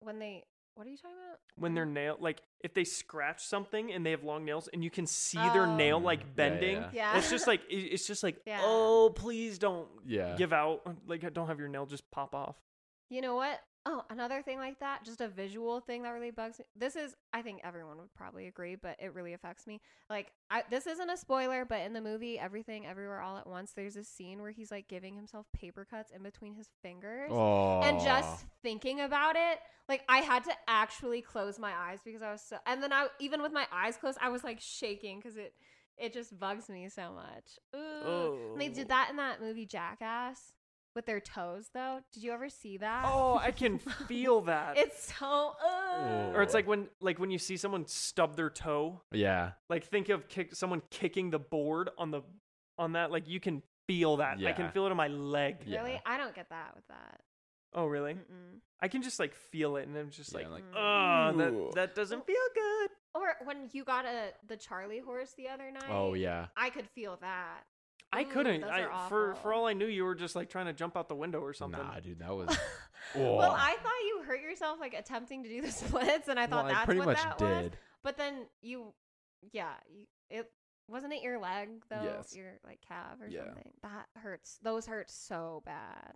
[SPEAKER 3] when they what are you talking about?
[SPEAKER 2] When their nail, like if they scratch something and they have long nails, and you can see their nail
[SPEAKER 1] Oh. Yeah,
[SPEAKER 2] like bending,
[SPEAKER 1] yeah.
[SPEAKER 3] Yeah.
[SPEAKER 2] it's just like it- it's just like
[SPEAKER 3] Yeah.
[SPEAKER 2] oh please don't
[SPEAKER 1] Yeah.
[SPEAKER 2] give out, like don't have your nail just pop off.
[SPEAKER 3] You know what? Oh, another thing like that, just a visual thing that really bugs me. This is, I think everyone would probably agree, but it really affects me. Like, I, this isn't a spoiler, but in the movie Everything Everywhere All at Once, there's a scene where he's like giving himself paper cuts in between his fingers.
[SPEAKER 1] Oh.
[SPEAKER 3] And just thinking about it, like, I had to actually close my eyes because I was so, and then I, even with my eyes closed, I was like shaking because it, it just bugs me so much. Ooh. And they did that in that movie Jackass with their toes, though. Did you ever see that?
[SPEAKER 2] Oh, I can feel that.
[SPEAKER 3] It's so. Uh,
[SPEAKER 2] or it's like when like when you see someone stub their toe.
[SPEAKER 1] yeah.
[SPEAKER 2] Like think of kick, someone kicking the board on the on that. Like you can feel that. I can
[SPEAKER 1] Yeah.
[SPEAKER 2] feel it in my leg.
[SPEAKER 1] Yeah.
[SPEAKER 3] Really, I don't get that with that.
[SPEAKER 2] Oh really?
[SPEAKER 3] Mm-mm.
[SPEAKER 2] I can just like feel it, and I'm just
[SPEAKER 1] Yeah,
[SPEAKER 2] like,
[SPEAKER 1] like,
[SPEAKER 2] oh,
[SPEAKER 1] Ooh.
[SPEAKER 2] that that doesn't feel good.
[SPEAKER 3] Or when you got a the Charlie horse the other night.
[SPEAKER 1] Oh yeah.
[SPEAKER 3] I could feel that.
[SPEAKER 2] I
[SPEAKER 3] Ooh,
[SPEAKER 2] couldn't.
[SPEAKER 3] Mm, those
[SPEAKER 2] I
[SPEAKER 3] are
[SPEAKER 2] for
[SPEAKER 3] awful.
[SPEAKER 2] for all I knew, you were just like trying to jump out the window or something.
[SPEAKER 1] Nah, dude, that was.
[SPEAKER 3] Well,
[SPEAKER 1] Oh.
[SPEAKER 3] I thought you hurt yourself like attempting to do the splits, and I thought
[SPEAKER 1] Well,
[SPEAKER 3] that's
[SPEAKER 1] I pretty
[SPEAKER 3] what
[SPEAKER 1] much
[SPEAKER 3] that was.
[SPEAKER 1] did.
[SPEAKER 3] But then you, yeah, you, it wasn't it your leg though,
[SPEAKER 1] Yes.
[SPEAKER 3] your like calf or
[SPEAKER 1] Yeah.
[SPEAKER 3] something. That hurts. Those hurt so bad.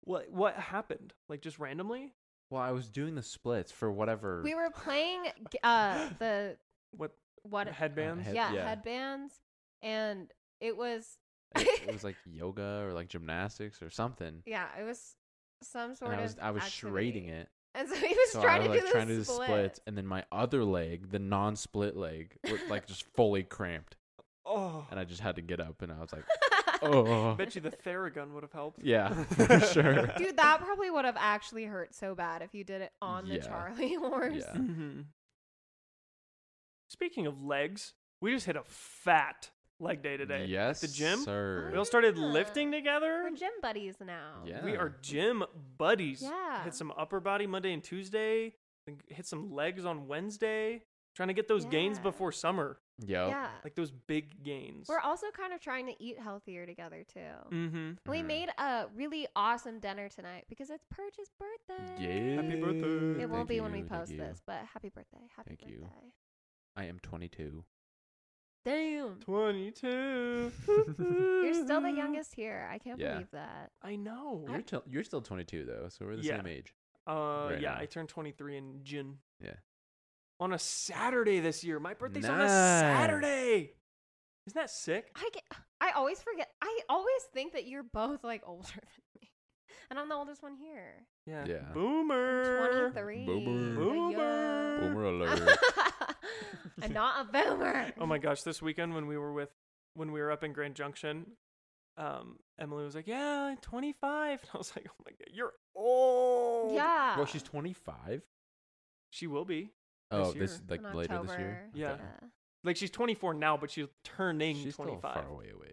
[SPEAKER 2] What what happened? Like just randomly?
[SPEAKER 1] Well, I was doing the splits for whatever.
[SPEAKER 3] We were playing g- uh the
[SPEAKER 2] What
[SPEAKER 3] what
[SPEAKER 2] headbands?
[SPEAKER 1] head-
[SPEAKER 3] yeah,
[SPEAKER 1] yeah.
[SPEAKER 3] headbands, and it was
[SPEAKER 1] it, it was like yoga or like gymnastics or something.
[SPEAKER 3] yeah, it was some sort
[SPEAKER 1] And I
[SPEAKER 3] of
[SPEAKER 1] was I was
[SPEAKER 3] activity.
[SPEAKER 1] charading it.
[SPEAKER 3] and so he was
[SPEAKER 1] so
[SPEAKER 3] trying
[SPEAKER 1] I was
[SPEAKER 3] to
[SPEAKER 1] like
[SPEAKER 3] do
[SPEAKER 1] trying to
[SPEAKER 3] the
[SPEAKER 1] do the
[SPEAKER 3] split.
[SPEAKER 1] splits, and then my other leg, the non-split leg, was like just fully cramped,
[SPEAKER 2] Oh,
[SPEAKER 1] and I just had to get up, and I was like, oh,
[SPEAKER 2] bet you the Theragun would have helped.
[SPEAKER 1] yeah, for sure.
[SPEAKER 3] Dude, that probably would have actually hurt so bad if you did it on the
[SPEAKER 1] Yeah.
[SPEAKER 3] Charlie horse.
[SPEAKER 1] Yeah.
[SPEAKER 2] Mhm. Speaking of legs, we just hit a fat leg day today.
[SPEAKER 1] Yes,
[SPEAKER 2] the gym?
[SPEAKER 1] sir.
[SPEAKER 2] We all started
[SPEAKER 3] Yeah.
[SPEAKER 2] lifting
[SPEAKER 3] We're
[SPEAKER 2] together.
[SPEAKER 3] gym buddies now.
[SPEAKER 1] Yeah.
[SPEAKER 2] We are gym buddies.
[SPEAKER 3] Yeah.
[SPEAKER 2] Hit some upper body Monday and Tuesday. then Hit some legs on Wednesday. Trying to get those gains
[SPEAKER 3] Yeah.
[SPEAKER 2] before summer,
[SPEAKER 1] Yep.
[SPEAKER 3] Yeah.
[SPEAKER 2] like those big gains.
[SPEAKER 3] We're also kind of trying to eat healthier together too.
[SPEAKER 2] mm-hmm.
[SPEAKER 3] We
[SPEAKER 1] Mhm.
[SPEAKER 3] made a really awesome dinner tonight because it's Purge's birthday.
[SPEAKER 1] Yeah.
[SPEAKER 2] Happy birthday.
[SPEAKER 3] It
[SPEAKER 1] Thank
[SPEAKER 3] won't be when we
[SPEAKER 1] you, thank
[SPEAKER 3] post
[SPEAKER 1] you.
[SPEAKER 3] this, but happy birthday. Happy
[SPEAKER 1] Thank you.
[SPEAKER 3] birthday.
[SPEAKER 1] I am 22.
[SPEAKER 3] Damn.
[SPEAKER 2] 22.
[SPEAKER 3] You're still the youngest here. I can't
[SPEAKER 1] Yeah.
[SPEAKER 3] believe that.
[SPEAKER 2] I know.
[SPEAKER 1] You're, till you're still 22 though, so we're the
[SPEAKER 2] Yeah.
[SPEAKER 1] same age.
[SPEAKER 2] Uh,
[SPEAKER 1] Right
[SPEAKER 2] yeah,
[SPEAKER 1] now.
[SPEAKER 2] I turned 23 in June.
[SPEAKER 1] Yeah.
[SPEAKER 2] On a Saturday this year. My birthday's on a
[SPEAKER 1] Nice.
[SPEAKER 2] Saturday. Isn't that sick?
[SPEAKER 3] I get, I always forget. I always think that you're both like older than me. And I'm the oldest one here.
[SPEAKER 2] Yeah.
[SPEAKER 1] Yeah.
[SPEAKER 2] Boomer.
[SPEAKER 3] 23.
[SPEAKER 1] Boomer.
[SPEAKER 3] Yeah.
[SPEAKER 2] Boomer
[SPEAKER 1] alert.
[SPEAKER 3] I'm not a boomer.
[SPEAKER 2] Oh my gosh, this weekend when we were with when we were up in Grand Junction, um, Emily was like, "Yeah, I'm 25." And I was like, "Oh my god, you're old."
[SPEAKER 3] Yeah.
[SPEAKER 1] well, she's 25.
[SPEAKER 2] She will be.
[SPEAKER 1] Oh,
[SPEAKER 2] year.
[SPEAKER 1] this like
[SPEAKER 3] In
[SPEAKER 1] later this year.
[SPEAKER 3] October.
[SPEAKER 2] Yeah. Like she's 24 now, but she's turning
[SPEAKER 1] She's
[SPEAKER 2] 25.
[SPEAKER 1] still far away away.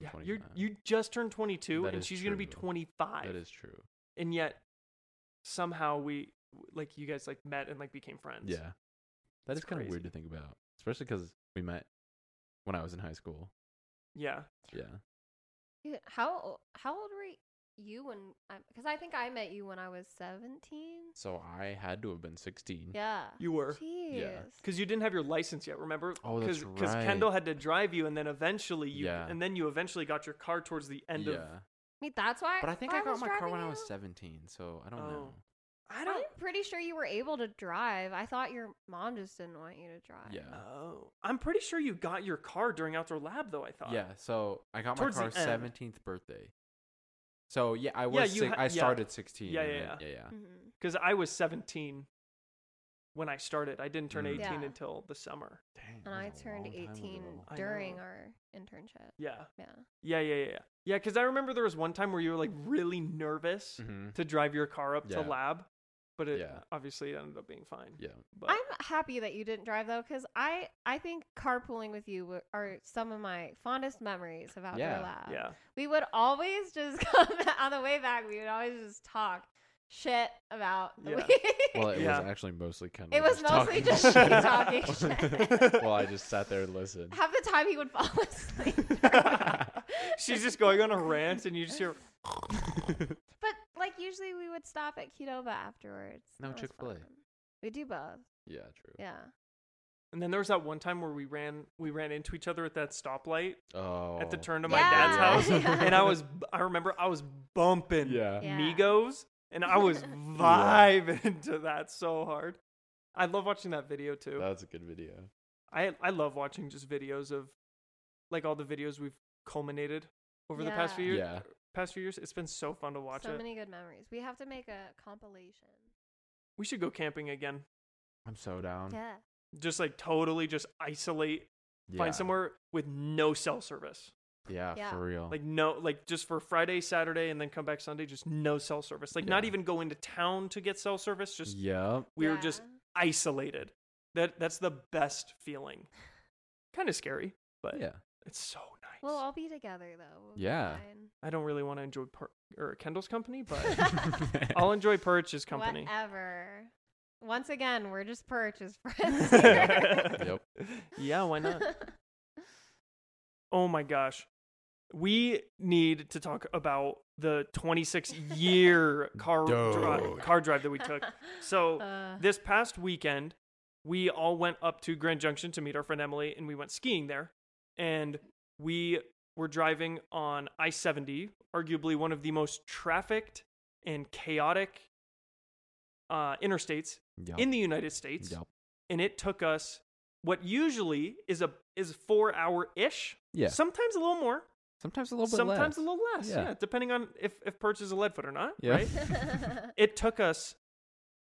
[SPEAKER 2] Yeah,
[SPEAKER 1] from
[SPEAKER 2] you
[SPEAKER 1] 25.
[SPEAKER 2] you just turned 22
[SPEAKER 1] That
[SPEAKER 2] and
[SPEAKER 1] is
[SPEAKER 2] she's going to be
[SPEAKER 1] true.
[SPEAKER 2] 25.
[SPEAKER 1] That is true.
[SPEAKER 2] and yet somehow we like you guys like met and like became friends.
[SPEAKER 1] Yeah. That
[SPEAKER 2] It's
[SPEAKER 1] is kind of weird
[SPEAKER 2] crazy.
[SPEAKER 1] to think about, especially because we met when I was in high school.
[SPEAKER 2] Yeah.
[SPEAKER 1] Yeah.
[SPEAKER 3] Dude, How o- how old were y- you when? Because I think I met you when I was 17.
[SPEAKER 1] So I had to have been 16.
[SPEAKER 3] Yeah.
[SPEAKER 2] You were.
[SPEAKER 3] Jeez.
[SPEAKER 2] Cuz you didn't have your license yet, remember?
[SPEAKER 1] Oh, that's
[SPEAKER 2] Cuz
[SPEAKER 1] right.
[SPEAKER 2] Kendall had to drive you and then eventually you
[SPEAKER 1] Yeah.
[SPEAKER 2] and then you eventually got your car towards the end
[SPEAKER 1] yeah.
[SPEAKER 2] of
[SPEAKER 3] I mean, that's why.
[SPEAKER 1] But I think
[SPEAKER 3] why
[SPEAKER 1] I got
[SPEAKER 3] was
[SPEAKER 1] my car
[SPEAKER 3] driving
[SPEAKER 1] when I
[SPEAKER 3] you.
[SPEAKER 1] was 17, so I don't
[SPEAKER 2] Oh.
[SPEAKER 1] know.
[SPEAKER 2] I
[SPEAKER 3] I'm
[SPEAKER 2] don't
[SPEAKER 3] pretty sure you were able to drive. I thought your mom just didn't want you to drive.
[SPEAKER 1] Yeah.
[SPEAKER 2] Oh. I'm pretty sure you got your car during outdoor lab though, I thought.
[SPEAKER 1] Yeah, so I got
[SPEAKER 2] Towards the
[SPEAKER 1] my car
[SPEAKER 2] end.
[SPEAKER 1] 17th birthday. So yeah, I
[SPEAKER 2] Yeah,
[SPEAKER 1] was
[SPEAKER 2] you
[SPEAKER 1] six,
[SPEAKER 2] ha-
[SPEAKER 1] I
[SPEAKER 2] yeah.
[SPEAKER 1] started 16.
[SPEAKER 2] Yeah,
[SPEAKER 1] and
[SPEAKER 2] yeah,
[SPEAKER 1] then- yeah, yeah.
[SPEAKER 3] Mhm.
[SPEAKER 2] Cuz I was 17 when I started. I didn't turn
[SPEAKER 1] Mm.
[SPEAKER 2] 18
[SPEAKER 3] Yeah.
[SPEAKER 2] until the summer.
[SPEAKER 1] Dang,
[SPEAKER 3] And
[SPEAKER 1] that
[SPEAKER 3] I
[SPEAKER 1] was a
[SPEAKER 3] turned
[SPEAKER 1] long time
[SPEAKER 3] 18
[SPEAKER 1] ago.
[SPEAKER 2] I
[SPEAKER 3] during
[SPEAKER 2] know.
[SPEAKER 3] our internship.
[SPEAKER 2] Yeah.
[SPEAKER 3] Yeah.
[SPEAKER 2] Yeah, yeah, yeah. Yeah, Yeah, cuz I remember there was one time where you were like really nervous.
[SPEAKER 1] Mhm.
[SPEAKER 2] to drive your car up
[SPEAKER 1] Mm-hmm. Yeah.
[SPEAKER 2] to lab, but it
[SPEAKER 1] Yeah.
[SPEAKER 2] obviously it ended up being fine.
[SPEAKER 1] Yeah.
[SPEAKER 2] But
[SPEAKER 3] I'm happy that you didn't drive though, because I I think carpooling with you were, are some of my fondest memories of outdoor
[SPEAKER 1] Yeah.
[SPEAKER 3] lab.
[SPEAKER 2] yeah,
[SPEAKER 3] We would always just come on the way back. We would always just talk shit about the
[SPEAKER 2] Yeah.
[SPEAKER 3] week.
[SPEAKER 1] Well, it
[SPEAKER 2] Yeah.
[SPEAKER 1] was actually mostly kind of
[SPEAKER 3] it was mostly
[SPEAKER 1] talking
[SPEAKER 3] just
[SPEAKER 1] shit.
[SPEAKER 3] shit talking shit.
[SPEAKER 1] well, I just sat there and listened.
[SPEAKER 3] Half the time he would fall asleep.
[SPEAKER 2] she's just going on a rant, and you just hear
[SPEAKER 3] But like usually we would stop at Qdoba afterwards.
[SPEAKER 1] No,
[SPEAKER 3] That was
[SPEAKER 1] Chick-fil-A.
[SPEAKER 3] fun. We do both.
[SPEAKER 1] Yeah, true.
[SPEAKER 3] Yeah.
[SPEAKER 2] And then there was that one time where we ran we ran into each other at that stoplight
[SPEAKER 1] Oh.
[SPEAKER 2] at the turn to my
[SPEAKER 3] Yeah.
[SPEAKER 2] dad's house,
[SPEAKER 3] Yeah.
[SPEAKER 2] and I was I remember I was bumping
[SPEAKER 1] Yeah.
[SPEAKER 3] Yeah.
[SPEAKER 2] Migos, and I was vibing to that so hard. I love watching that video too.
[SPEAKER 1] That's a good video.
[SPEAKER 2] I I love watching just videos of like all the videos we've culminated over the past few years.
[SPEAKER 1] Yeah.
[SPEAKER 2] Past few years, it's been so fun to watch
[SPEAKER 3] so
[SPEAKER 2] it.
[SPEAKER 3] many good memories. We have to make a compilation.
[SPEAKER 2] we should go camping again.
[SPEAKER 1] I'm so down.
[SPEAKER 3] yeah.
[SPEAKER 2] Just like totally just isolate,
[SPEAKER 1] Yeah.
[SPEAKER 2] find somewhere with no cell service.
[SPEAKER 1] Yeah,
[SPEAKER 3] Yeah.
[SPEAKER 1] for real.
[SPEAKER 2] Like no like just for Friday, Saturday and then come back Sunday just no cell service. Like not
[SPEAKER 1] Yeah.
[SPEAKER 2] even go into town to get cell service, just
[SPEAKER 1] yep.
[SPEAKER 2] we were just
[SPEAKER 3] Yeah.
[SPEAKER 2] isolated. That that's the best feeling. kind of scary, but
[SPEAKER 1] yeah.
[SPEAKER 2] it's so nice.
[SPEAKER 3] We'll all be together though. We'll be
[SPEAKER 1] Yeah.
[SPEAKER 3] fine.
[SPEAKER 2] I don't really want to enjoy per- or Kendall's company, but I'll enjoy Perch's company.
[SPEAKER 3] Whatever. Once again, we're just purchase friends. here.
[SPEAKER 1] Yep.
[SPEAKER 2] Yeah, why not? Oh my gosh. We need to talk about the 26 year car dri-
[SPEAKER 1] Dude.
[SPEAKER 2] car drive that we took. So
[SPEAKER 3] Uh,
[SPEAKER 2] this past weekend, we all went up to Grand Junction to meet our friend Emily, and we went skiing there. And we were driving on I 70, arguably one of the most trafficked and chaotic uh, interstates
[SPEAKER 1] Yep.
[SPEAKER 2] in the United States.
[SPEAKER 1] Yep.
[SPEAKER 2] And it took us what usually is a is four hour ish.
[SPEAKER 1] Yeah.
[SPEAKER 2] Sometimes a little more.
[SPEAKER 1] Sometimes a little bit less.
[SPEAKER 2] sometimes a little less. Yeah.
[SPEAKER 1] Yeah.
[SPEAKER 2] Depending on if if Perch is a lead foot or not.
[SPEAKER 1] Yeah.
[SPEAKER 2] Right. It took us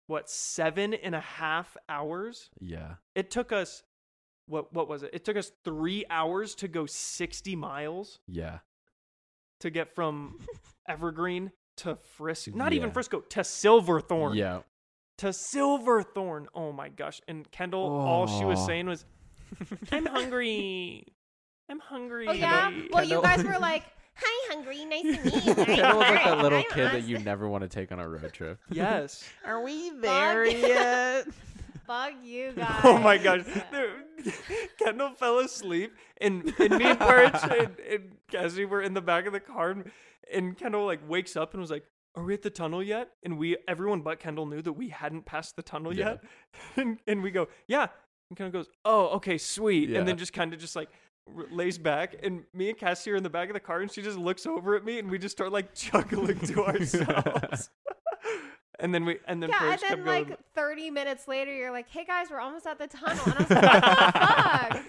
[SPEAKER 2] what seven and a half hours.
[SPEAKER 1] Yeah.
[SPEAKER 2] It took us what what was it? It took us three hours to go sixty miles
[SPEAKER 1] Yeah.
[SPEAKER 2] to get from Evergreen to Frisco. Not even
[SPEAKER 1] Yeah.
[SPEAKER 2] Frisco to Silverthorne.
[SPEAKER 1] Yeah.
[SPEAKER 2] to Silverthorne. Oh my gosh. And Kendall, all she was
[SPEAKER 1] Aw.
[SPEAKER 2] saying was, I'm hungry. I'm hungry.
[SPEAKER 3] oh yeah.
[SPEAKER 1] e-,
[SPEAKER 2] Kendall."
[SPEAKER 3] Well, you
[SPEAKER 1] Kendall-
[SPEAKER 3] guys were like, "Hi, hungry. Nice to meet you."
[SPEAKER 1] Kendall was like
[SPEAKER 3] Alright,
[SPEAKER 1] that little
[SPEAKER 3] I'm
[SPEAKER 1] kid that you
[SPEAKER 3] Austin."
[SPEAKER 1] never want to take on a road trip.
[SPEAKER 2] yes.
[SPEAKER 4] Are we
[SPEAKER 3] there
[SPEAKER 4] there yet?
[SPEAKER 3] yet? Fuck you guys.
[SPEAKER 2] Oh my gosh. There- Kendall fell asleep, and, and me and Birch and, and Cassie were in the back of the car, and, and Kendall like wakes up and was like, "Are we at the tunnel yet?" And we, everyone but Kendall, knew that we hadn't passed the tunnel
[SPEAKER 1] Yeah.
[SPEAKER 2] yet, and, and we go, "Yeah." And Kendall goes, "Oh, okay, sweet,"
[SPEAKER 1] Yeah.
[SPEAKER 2] and then just kind of just like r- lays back and me and Cassie are in the back of the car and she just looks over at me and we just start like chuckling to ourselves and then we and then
[SPEAKER 3] Yeah, and
[SPEAKER 2] Paige
[SPEAKER 3] then
[SPEAKER 2] kept going
[SPEAKER 3] like 30 minutes later, you're like, "Hey guys, we're almost at the tunnel," and I was like, "What the "Fuck."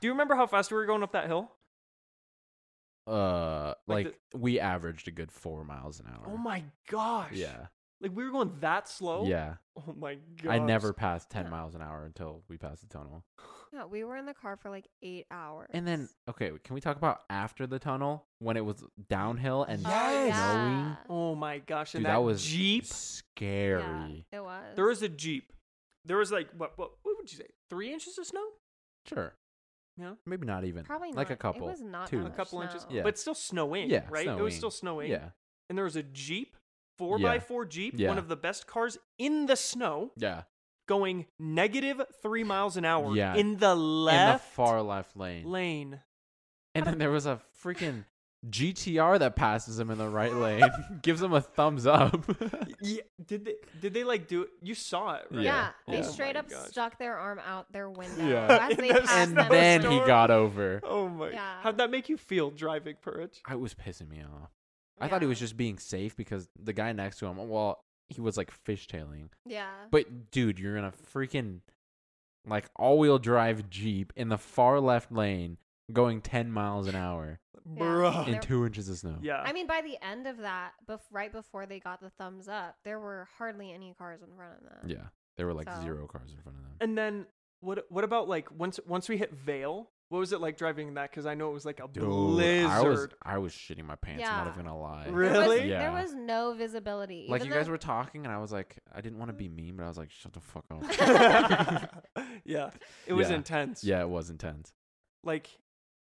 [SPEAKER 2] do you remember how fast we were going up that hill
[SPEAKER 1] Uh,
[SPEAKER 2] Like
[SPEAKER 1] like, we averaged a good four miles an hour.
[SPEAKER 2] Oh my gosh.
[SPEAKER 1] Yeah.
[SPEAKER 2] Like we were going that slow?
[SPEAKER 1] Yeah.
[SPEAKER 2] Oh my gosh.
[SPEAKER 1] I never passed ten
[SPEAKER 3] Yeah.
[SPEAKER 1] miles an hour until we passed the tunnel.
[SPEAKER 3] Yeah, we were in the car for like eight hours.
[SPEAKER 1] And then, okay, can we talk about after the tunnel when it was downhill and
[SPEAKER 3] Oh,
[SPEAKER 2] Yes.
[SPEAKER 3] yeah.
[SPEAKER 2] Oh my gosh. And
[SPEAKER 1] Dude,
[SPEAKER 2] that,
[SPEAKER 1] that was
[SPEAKER 2] Jeep.
[SPEAKER 1] scary.
[SPEAKER 3] Yeah, it was.
[SPEAKER 2] There was a Jeep. There was like what what what would you say? Three inches of snow?
[SPEAKER 1] Sure.
[SPEAKER 2] Yeah.
[SPEAKER 1] Maybe not even.
[SPEAKER 3] probably
[SPEAKER 1] like
[SPEAKER 3] not-
[SPEAKER 1] a couple.
[SPEAKER 3] It was not
[SPEAKER 1] two.
[SPEAKER 3] that
[SPEAKER 2] A
[SPEAKER 3] much
[SPEAKER 2] couple inches.
[SPEAKER 3] snow.
[SPEAKER 1] Yeah.
[SPEAKER 2] But still snowing.
[SPEAKER 1] Yeah,
[SPEAKER 2] right? It was still
[SPEAKER 1] snowing.
[SPEAKER 2] snowing.
[SPEAKER 1] Yeah.
[SPEAKER 2] And there was a Jeep, four
[SPEAKER 1] Yeah.
[SPEAKER 2] by four Jeep,
[SPEAKER 1] Yeah.
[SPEAKER 2] one of the best cars in the snow,
[SPEAKER 1] Yeah.
[SPEAKER 2] going negative three miles an hour
[SPEAKER 1] Yeah.
[SPEAKER 2] in the
[SPEAKER 1] In the
[SPEAKER 2] left
[SPEAKER 1] far left lane.
[SPEAKER 2] lane.
[SPEAKER 1] And then there was a freaking GTR that passes him in the right lane, gives him a thumbs up.
[SPEAKER 2] Yeah, did they did they like do it? You saw it,
[SPEAKER 1] Yeah.
[SPEAKER 2] right?
[SPEAKER 3] Yeah, they
[SPEAKER 1] Yeah. Oh
[SPEAKER 3] straight
[SPEAKER 2] my
[SPEAKER 3] up
[SPEAKER 2] gosh.
[SPEAKER 3] stuck their arm out their window
[SPEAKER 1] Yeah.
[SPEAKER 3] as they
[SPEAKER 2] That's
[SPEAKER 3] passed
[SPEAKER 1] and
[SPEAKER 2] so
[SPEAKER 3] them.
[SPEAKER 1] then he
[SPEAKER 2] adorable.
[SPEAKER 1] got over.
[SPEAKER 2] Oh my!
[SPEAKER 3] Yeah.
[SPEAKER 2] How'd that make you feel driving, Purge?
[SPEAKER 1] I was pissing me off. I thought he
[SPEAKER 3] Yeah.
[SPEAKER 1] was just being safe because the guy next to him, well, he was like fishtailing.
[SPEAKER 3] Yeah.
[SPEAKER 1] But dude, you're in a freaking like all-wheel drive Jeep in the far left lane going 10 miles an hour
[SPEAKER 3] Bruh.
[SPEAKER 1] in
[SPEAKER 3] Oh, There-
[SPEAKER 1] 2 inches of snow.
[SPEAKER 2] Yeah.
[SPEAKER 3] I mean, by the end of that, bef- right before they got the thumbs up, there were hardly any cars in front of them.
[SPEAKER 1] Yeah. There were like
[SPEAKER 3] So-
[SPEAKER 1] zero cars in front of them.
[SPEAKER 2] and then what? What about like once once we hit Vale? What was it like driving that? Because I know it was like a blizzard.
[SPEAKER 1] I was I was shitting my pants, I'm
[SPEAKER 3] Yeah.
[SPEAKER 1] not even gonna lie.
[SPEAKER 2] Really?
[SPEAKER 3] There was,
[SPEAKER 1] Yeah.
[SPEAKER 3] there was no visibility.
[SPEAKER 1] Like
[SPEAKER 3] even
[SPEAKER 1] you guys
[SPEAKER 3] though-
[SPEAKER 1] were talking and I was like I didn't want to be mean, but I was like shut the fuck up.
[SPEAKER 2] yeah, it was
[SPEAKER 1] Yeah.
[SPEAKER 2] intense.
[SPEAKER 1] yeah, it was intense.
[SPEAKER 2] Like,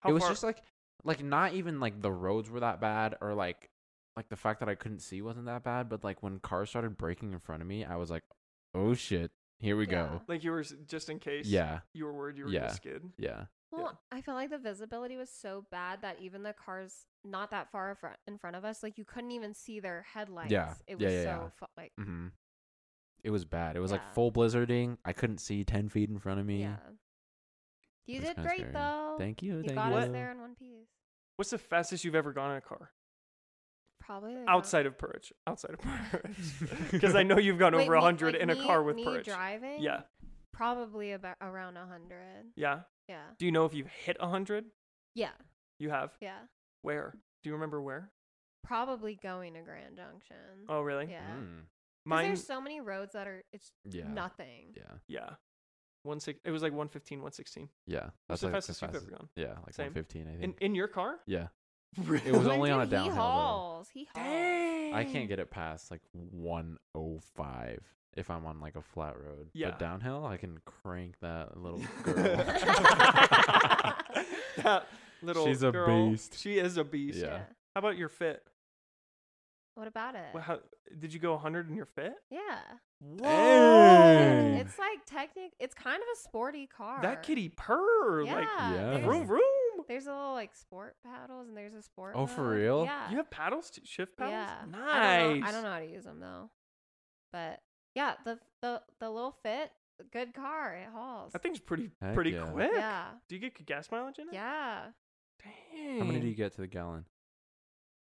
[SPEAKER 2] how
[SPEAKER 1] it was
[SPEAKER 2] far-
[SPEAKER 1] just like like not even like the roads were that bad or like like the fact that I couldn't see wasn't that bad, but like when cars started breaking in front of me, I was like, "Oh shit, here we go."
[SPEAKER 2] like you were s- just in case.
[SPEAKER 1] Yeah,
[SPEAKER 2] You were worried you were
[SPEAKER 1] Yeah.
[SPEAKER 2] gonna skid.
[SPEAKER 1] yeah,
[SPEAKER 3] Well, I felt like the visibility was so bad that even the cars not that far in front, in front of us, like you couldn't even see their headlights. It was
[SPEAKER 1] Yeah, yeah,
[SPEAKER 3] so
[SPEAKER 1] yeah.
[SPEAKER 3] fu- like
[SPEAKER 1] hmm It was bad. It was
[SPEAKER 3] Yeah.
[SPEAKER 1] like full blizzarding. I couldn't see ten feet in front of me.
[SPEAKER 3] yeah. You
[SPEAKER 1] It was
[SPEAKER 3] did
[SPEAKER 1] kinda
[SPEAKER 3] great
[SPEAKER 1] scary.
[SPEAKER 3] though.
[SPEAKER 1] Thank you.
[SPEAKER 3] You
[SPEAKER 1] thank
[SPEAKER 3] got
[SPEAKER 1] you.
[SPEAKER 3] us there in one piece.
[SPEAKER 2] What's the fastest you've ever gone in a car?
[SPEAKER 3] Probably they
[SPEAKER 2] outside of Purge, outside of Purge, because I know you've gone
[SPEAKER 3] don't. Wait,
[SPEAKER 2] over a
[SPEAKER 3] me-
[SPEAKER 2] hundred
[SPEAKER 3] like
[SPEAKER 2] in a
[SPEAKER 3] me-
[SPEAKER 2] car with
[SPEAKER 3] me
[SPEAKER 2] Purge.
[SPEAKER 3] driving.
[SPEAKER 2] Yeah,
[SPEAKER 3] probably about around a hundred.
[SPEAKER 2] yeah.
[SPEAKER 3] Yeah,
[SPEAKER 2] Do you know if you've hit a hundred?
[SPEAKER 3] yeah,
[SPEAKER 2] You have.
[SPEAKER 3] yeah.
[SPEAKER 2] Where? Do you remember where?
[SPEAKER 3] Probably going to Grand Junction.
[SPEAKER 2] Oh, really?
[SPEAKER 3] Yeah. 'Cause
[SPEAKER 1] Mm,
[SPEAKER 2] Mine.
[SPEAKER 3] there's so many roads that are it's
[SPEAKER 1] yeah.
[SPEAKER 3] nothing.
[SPEAKER 1] Yeah.
[SPEAKER 2] Yeah. One six. It was like 115, 116.
[SPEAKER 1] Yeah.
[SPEAKER 2] That's
[SPEAKER 1] like
[SPEAKER 2] the fastest you've ever gone.
[SPEAKER 1] Yeah, like
[SPEAKER 2] Same.
[SPEAKER 1] 115, I
[SPEAKER 2] In
[SPEAKER 1] think.
[SPEAKER 2] in your car?
[SPEAKER 1] yeah.
[SPEAKER 2] Really?
[SPEAKER 1] It was only on a
[SPEAKER 3] Dude,
[SPEAKER 1] downhill.
[SPEAKER 3] He
[SPEAKER 1] though.
[SPEAKER 3] hauls. He hauls.
[SPEAKER 2] Dang.
[SPEAKER 1] I can't get it past like 105 if I'm on like a flat road.
[SPEAKER 2] Yeah.
[SPEAKER 1] But downhill, I can crank that little girl.
[SPEAKER 2] that little
[SPEAKER 1] She's a
[SPEAKER 2] girl,
[SPEAKER 1] beast.
[SPEAKER 2] She is a beast.
[SPEAKER 1] Yeah.
[SPEAKER 2] How about your fit?
[SPEAKER 3] What about it?
[SPEAKER 2] Wha- How, did you go 100 in your fit?
[SPEAKER 3] yeah.
[SPEAKER 1] Dang.
[SPEAKER 3] It's like technic. It's kind of a sporty car.
[SPEAKER 2] That kitty purr.
[SPEAKER 3] Yeah.
[SPEAKER 2] Like,
[SPEAKER 1] Yeah.
[SPEAKER 3] There's,
[SPEAKER 2] vroom, vroom.
[SPEAKER 3] there's a little like sport paddles and there's a sport.
[SPEAKER 1] Oh, for
[SPEAKER 3] mode.
[SPEAKER 1] real?
[SPEAKER 3] Yeah.
[SPEAKER 2] You have paddles? too? Shift paddles?
[SPEAKER 3] Yeah. I
[SPEAKER 2] Nice.
[SPEAKER 3] don't, know, I don't know how to use them though. But yeah, the the the little fit, good car. It hauls.
[SPEAKER 2] That thing's pretty
[SPEAKER 1] Heck
[SPEAKER 2] pretty
[SPEAKER 1] yeah.
[SPEAKER 2] quick.
[SPEAKER 3] Yeah.
[SPEAKER 2] Do you get good gas mileage in it?
[SPEAKER 3] Yeah.
[SPEAKER 2] Dang.
[SPEAKER 1] How many do you get to the gallon?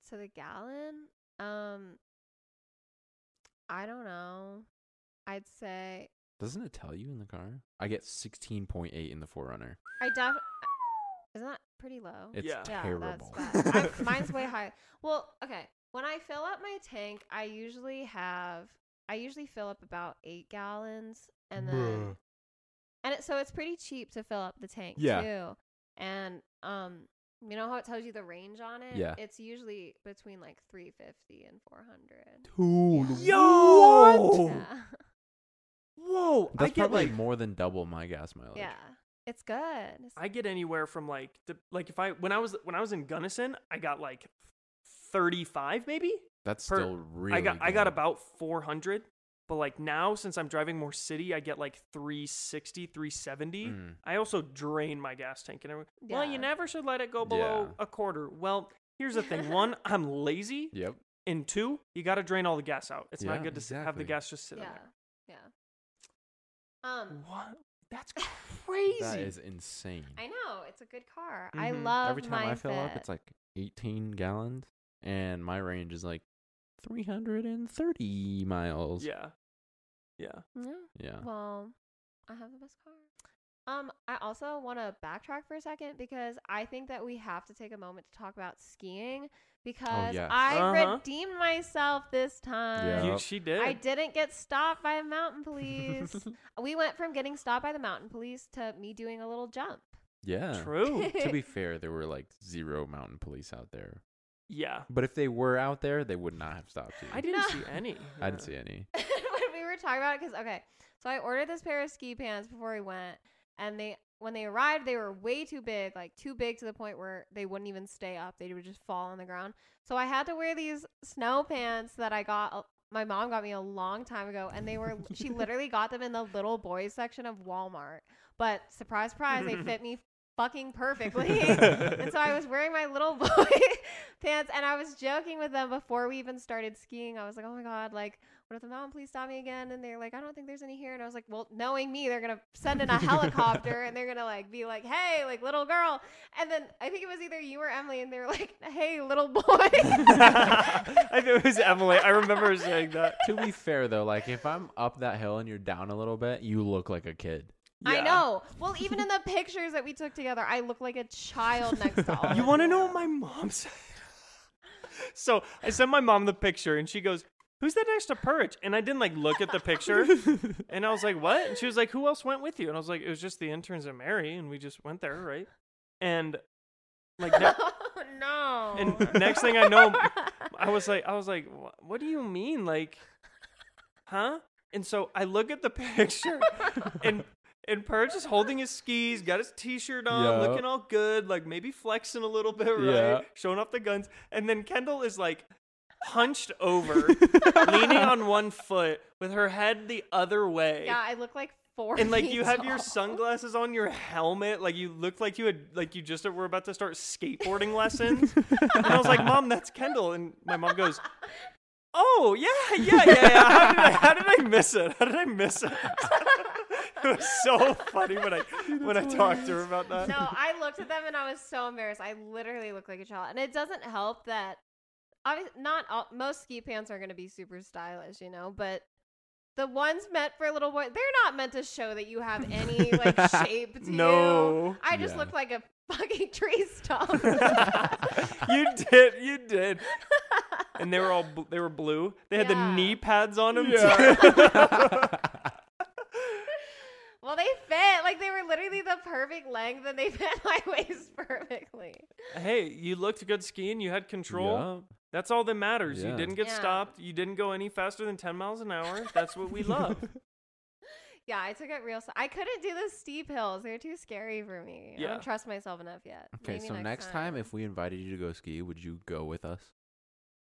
[SPEAKER 3] To the gallon. Um. I don't know. I'd say
[SPEAKER 1] Doesn't it tell you in the car? I get 16.8 in the Forerunner.
[SPEAKER 3] I def. Isn't that pretty low?
[SPEAKER 1] It's
[SPEAKER 2] Yeah.
[SPEAKER 3] yeah,
[SPEAKER 1] terrible.
[SPEAKER 3] that's bad. I've- mine's way high. Well, okay. When I fill up my tank, I usually have I usually fill up about eight gallons, and then and it, so it's pretty cheap to fill up the tank
[SPEAKER 1] Yeah.
[SPEAKER 3] too. And um, you know how it tells you the range on it?
[SPEAKER 1] Yeah.
[SPEAKER 3] It's usually between like three fifty and four hundred.
[SPEAKER 2] Yo!
[SPEAKER 3] Yeah.
[SPEAKER 2] Whoa.
[SPEAKER 1] That's
[SPEAKER 2] I get
[SPEAKER 1] probably
[SPEAKER 2] like
[SPEAKER 1] more than double my gas mileage.
[SPEAKER 3] yeah, it's good. It's-
[SPEAKER 2] I get anywhere from like the, like if I when I was when I was in Gunnison, I got like 35 maybe.
[SPEAKER 1] That's
[SPEAKER 2] Per-
[SPEAKER 1] still really
[SPEAKER 2] I got I got
[SPEAKER 1] good.
[SPEAKER 2] about 400, but like now since I'm driving more city, I get like 360, 370.
[SPEAKER 1] Mm.
[SPEAKER 2] I also drain my gas tank and everyone. Well,
[SPEAKER 3] Yeah.
[SPEAKER 2] you never should let it go below
[SPEAKER 1] Yeah.
[SPEAKER 2] a quarter. Well, here's the thing. One, I'm lazy,
[SPEAKER 1] Yep.
[SPEAKER 2] and two, you got to drain all the gas out. It's
[SPEAKER 1] Yeah,
[SPEAKER 2] not good to s- have the
[SPEAKER 1] exactly.
[SPEAKER 2] gas just sit
[SPEAKER 3] yeah,
[SPEAKER 2] on
[SPEAKER 3] yeah. Um,
[SPEAKER 2] there. What? That's crazy.
[SPEAKER 1] That is insane.
[SPEAKER 3] I know it's a good car. I
[SPEAKER 2] Mhm.
[SPEAKER 3] love
[SPEAKER 1] Mm-hmm. Every time
[SPEAKER 3] my
[SPEAKER 1] I fill
[SPEAKER 3] fit.
[SPEAKER 1] up, it's like 18 gallons, and my range is like 330 miles.
[SPEAKER 2] yeah. Yeah.
[SPEAKER 3] yeah.
[SPEAKER 1] Yeah.
[SPEAKER 3] Well, I have the best car. Um, I also want to backtrack for a second because I think that we have to take a moment to talk about skiing because
[SPEAKER 1] Oh, yes.
[SPEAKER 3] I
[SPEAKER 2] Uh-huh.
[SPEAKER 3] redeemed myself this time.
[SPEAKER 1] Yeah.
[SPEAKER 2] You, she did.
[SPEAKER 3] I didn't get stopped by the mountain police. we went from getting stopped by the mountain police to me doing a little jump.
[SPEAKER 1] Yeah.
[SPEAKER 2] True.
[SPEAKER 1] to be fair, there were like zero mountain police out there.
[SPEAKER 2] yeah.
[SPEAKER 1] But if they were out there, they would not have stopped you.
[SPEAKER 2] I didn't
[SPEAKER 3] No.
[SPEAKER 2] see any.
[SPEAKER 1] I didn't
[SPEAKER 2] Yeah.
[SPEAKER 1] see any.
[SPEAKER 3] when we were talking about it because okay so i ordered this pair of ski pants before we went and they when they arrived they were way too big like too big to the point where they wouldn't even stay up they would just fall on the ground so i had to wear these snow pants that i got uh, my mom got me a long time ago and they were she literally got them in the little boys section of walmart but surprise surprise they fit me fucking perfectly and so I was wearing my little boy pants, and I was joking with them before we even started skiing. I was like, "Oh my god, like, what if the mountain please stop me again?" And they're like, "I don't think there's any here." And I was like, "Well, knowing me, they're gonna send in a helicopter, and they're gonna like be like, hey, like little girl." And then I think it was either you or Emily, and they were like, "Hey, little boy."
[SPEAKER 2] I think it was Emily. I remember her saying that.
[SPEAKER 1] to be fair though, like if I'm up that hill and you're down a little bit, you look like a kid.
[SPEAKER 3] I
[SPEAKER 2] Yeah.
[SPEAKER 3] know. Well, even in the pictures that we took together, I look like a child next to all.
[SPEAKER 2] You
[SPEAKER 3] want to
[SPEAKER 2] know what my mom said? so I sent my mom the picture, and she goes, "Who's that next to Purge?" And I didn't like look at the picture, and I was like, "What?" And she was like, "Who else went with you?" And I was like, "It was just the interns and Mary, and we just went there, right?" And like, ne-
[SPEAKER 3] no.
[SPEAKER 2] and next thing I know, I was like, I was like, "Wha- what do you mean, like, huh? And so I look at the picture, and and Purge is holding his skis, got his T-shirt on,
[SPEAKER 1] Yeah.
[SPEAKER 2] looking all good, like maybe flexing a little bit, right?
[SPEAKER 1] Yeah.
[SPEAKER 2] Showing off the guns, and then Kendall is like hunched over, leaning on one foot with her head the other way.
[SPEAKER 3] Yeah, I look like four.
[SPEAKER 2] And like you
[SPEAKER 3] feet
[SPEAKER 2] have your
[SPEAKER 3] tall.
[SPEAKER 2] sunglasses on, your helmet, like you looked like you had like you just were about to start skateboarding lessons. and I was like, Mom, that's Kendall. And my mom goes, Oh yeah, yeah, yeah, yeah. How did I, how did I miss it? How did I miss it? it was so funny when I when I talked to her about that.
[SPEAKER 3] No, I looked at them and I was so embarrassed. I literally look like a child, and it doesn't help that obviously not all, most ski pants are going to be super stylish, you know, but the ones meant for little boys, they're not meant to show that you have any like shape to you.
[SPEAKER 2] No.
[SPEAKER 3] I just
[SPEAKER 1] Yeah.
[SPEAKER 3] look like a fucking tree stump.
[SPEAKER 2] you did. You did. And they were all bl- they were blue. They had
[SPEAKER 3] Yeah.
[SPEAKER 2] the knee pads on them.
[SPEAKER 3] well, they fit. Like they were literally the perfect length and they fit my waist perfectly.
[SPEAKER 2] hey, you looked good skiing. You had control. That's all that matters.
[SPEAKER 1] Yeah.
[SPEAKER 2] You didn't get
[SPEAKER 3] Yeah.
[SPEAKER 2] stopped. You didn't go any faster than 10 miles an hour. That's what we love.
[SPEAKER 3] Yeah, I took it real. s- I couldn't do the steep hills. They're too scary for me. I
[SPEAKER 2] Yeah.
[SPEAKER 3] don't trust myself enough yet.
[SPEAKER 1] Okay,
[SPEAKER 3] Maybe
[SPEAKER 1] so next, time. if we invited you to go ski, would you go with us?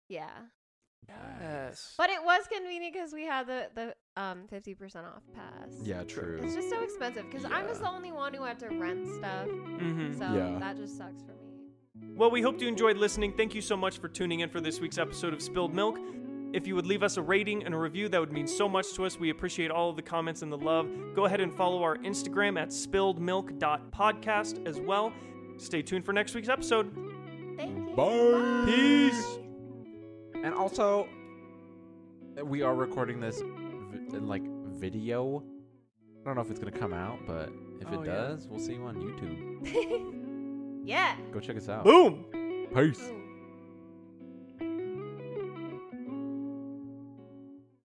[SPEAKER 3] yeah,
[SPEAKER 2] Yes.
[SPEAKER 3] but it was convenient because we had the the um fifty percent off pass.
[SPEAKER 1] Yeah,
[SPEAKER 2] True.
[SPEAKER 1] true.
[SPEAKER 3] It's just so expensive because I'm just
[SPEAKER 1] Yeah. Mm-hmm.
[SPEAKER 3] the only one who had to rent stuff.
[SPEAKER 2] Mhm.
[SPEAKER 3] So
[SPEAKER 1] Yeah.
[SPEAKER 3] that just sucks for me.
[SPEAKER 2] Well, we hope you enjoyed listening. Thank you so much for tuning in for this week's episode of Spilled Milk. If you would leave us a rating and a review, that would mean so much to us. We appreciate all of the comments and the love. Go ahead and follow our Instagram at spilledmilk.podcast as well. Stay tuned for next week's episode.
[SPEAKER 3] Thank you.
[SPEAKER 1] Bye.
[SPEAKER 2] Peace.
[SPEAKER 1] And also, uh, we are recording this vi- in like video. I don't know if it's gonna come out, but if
[SPEAKER 2] Oh,
[SPEAKER 1] it
[SPEAKER 2] yeah.
[SPEAKER 1] does, we'll see you on YouTube.
[SPEAKER 3] yeah. Oh.
[SPEAKER 1] Go check us out.
[SPEAKER 2] Boom.
[SPEAKER 1] Peace.
[SPEAKER 3] Ooh.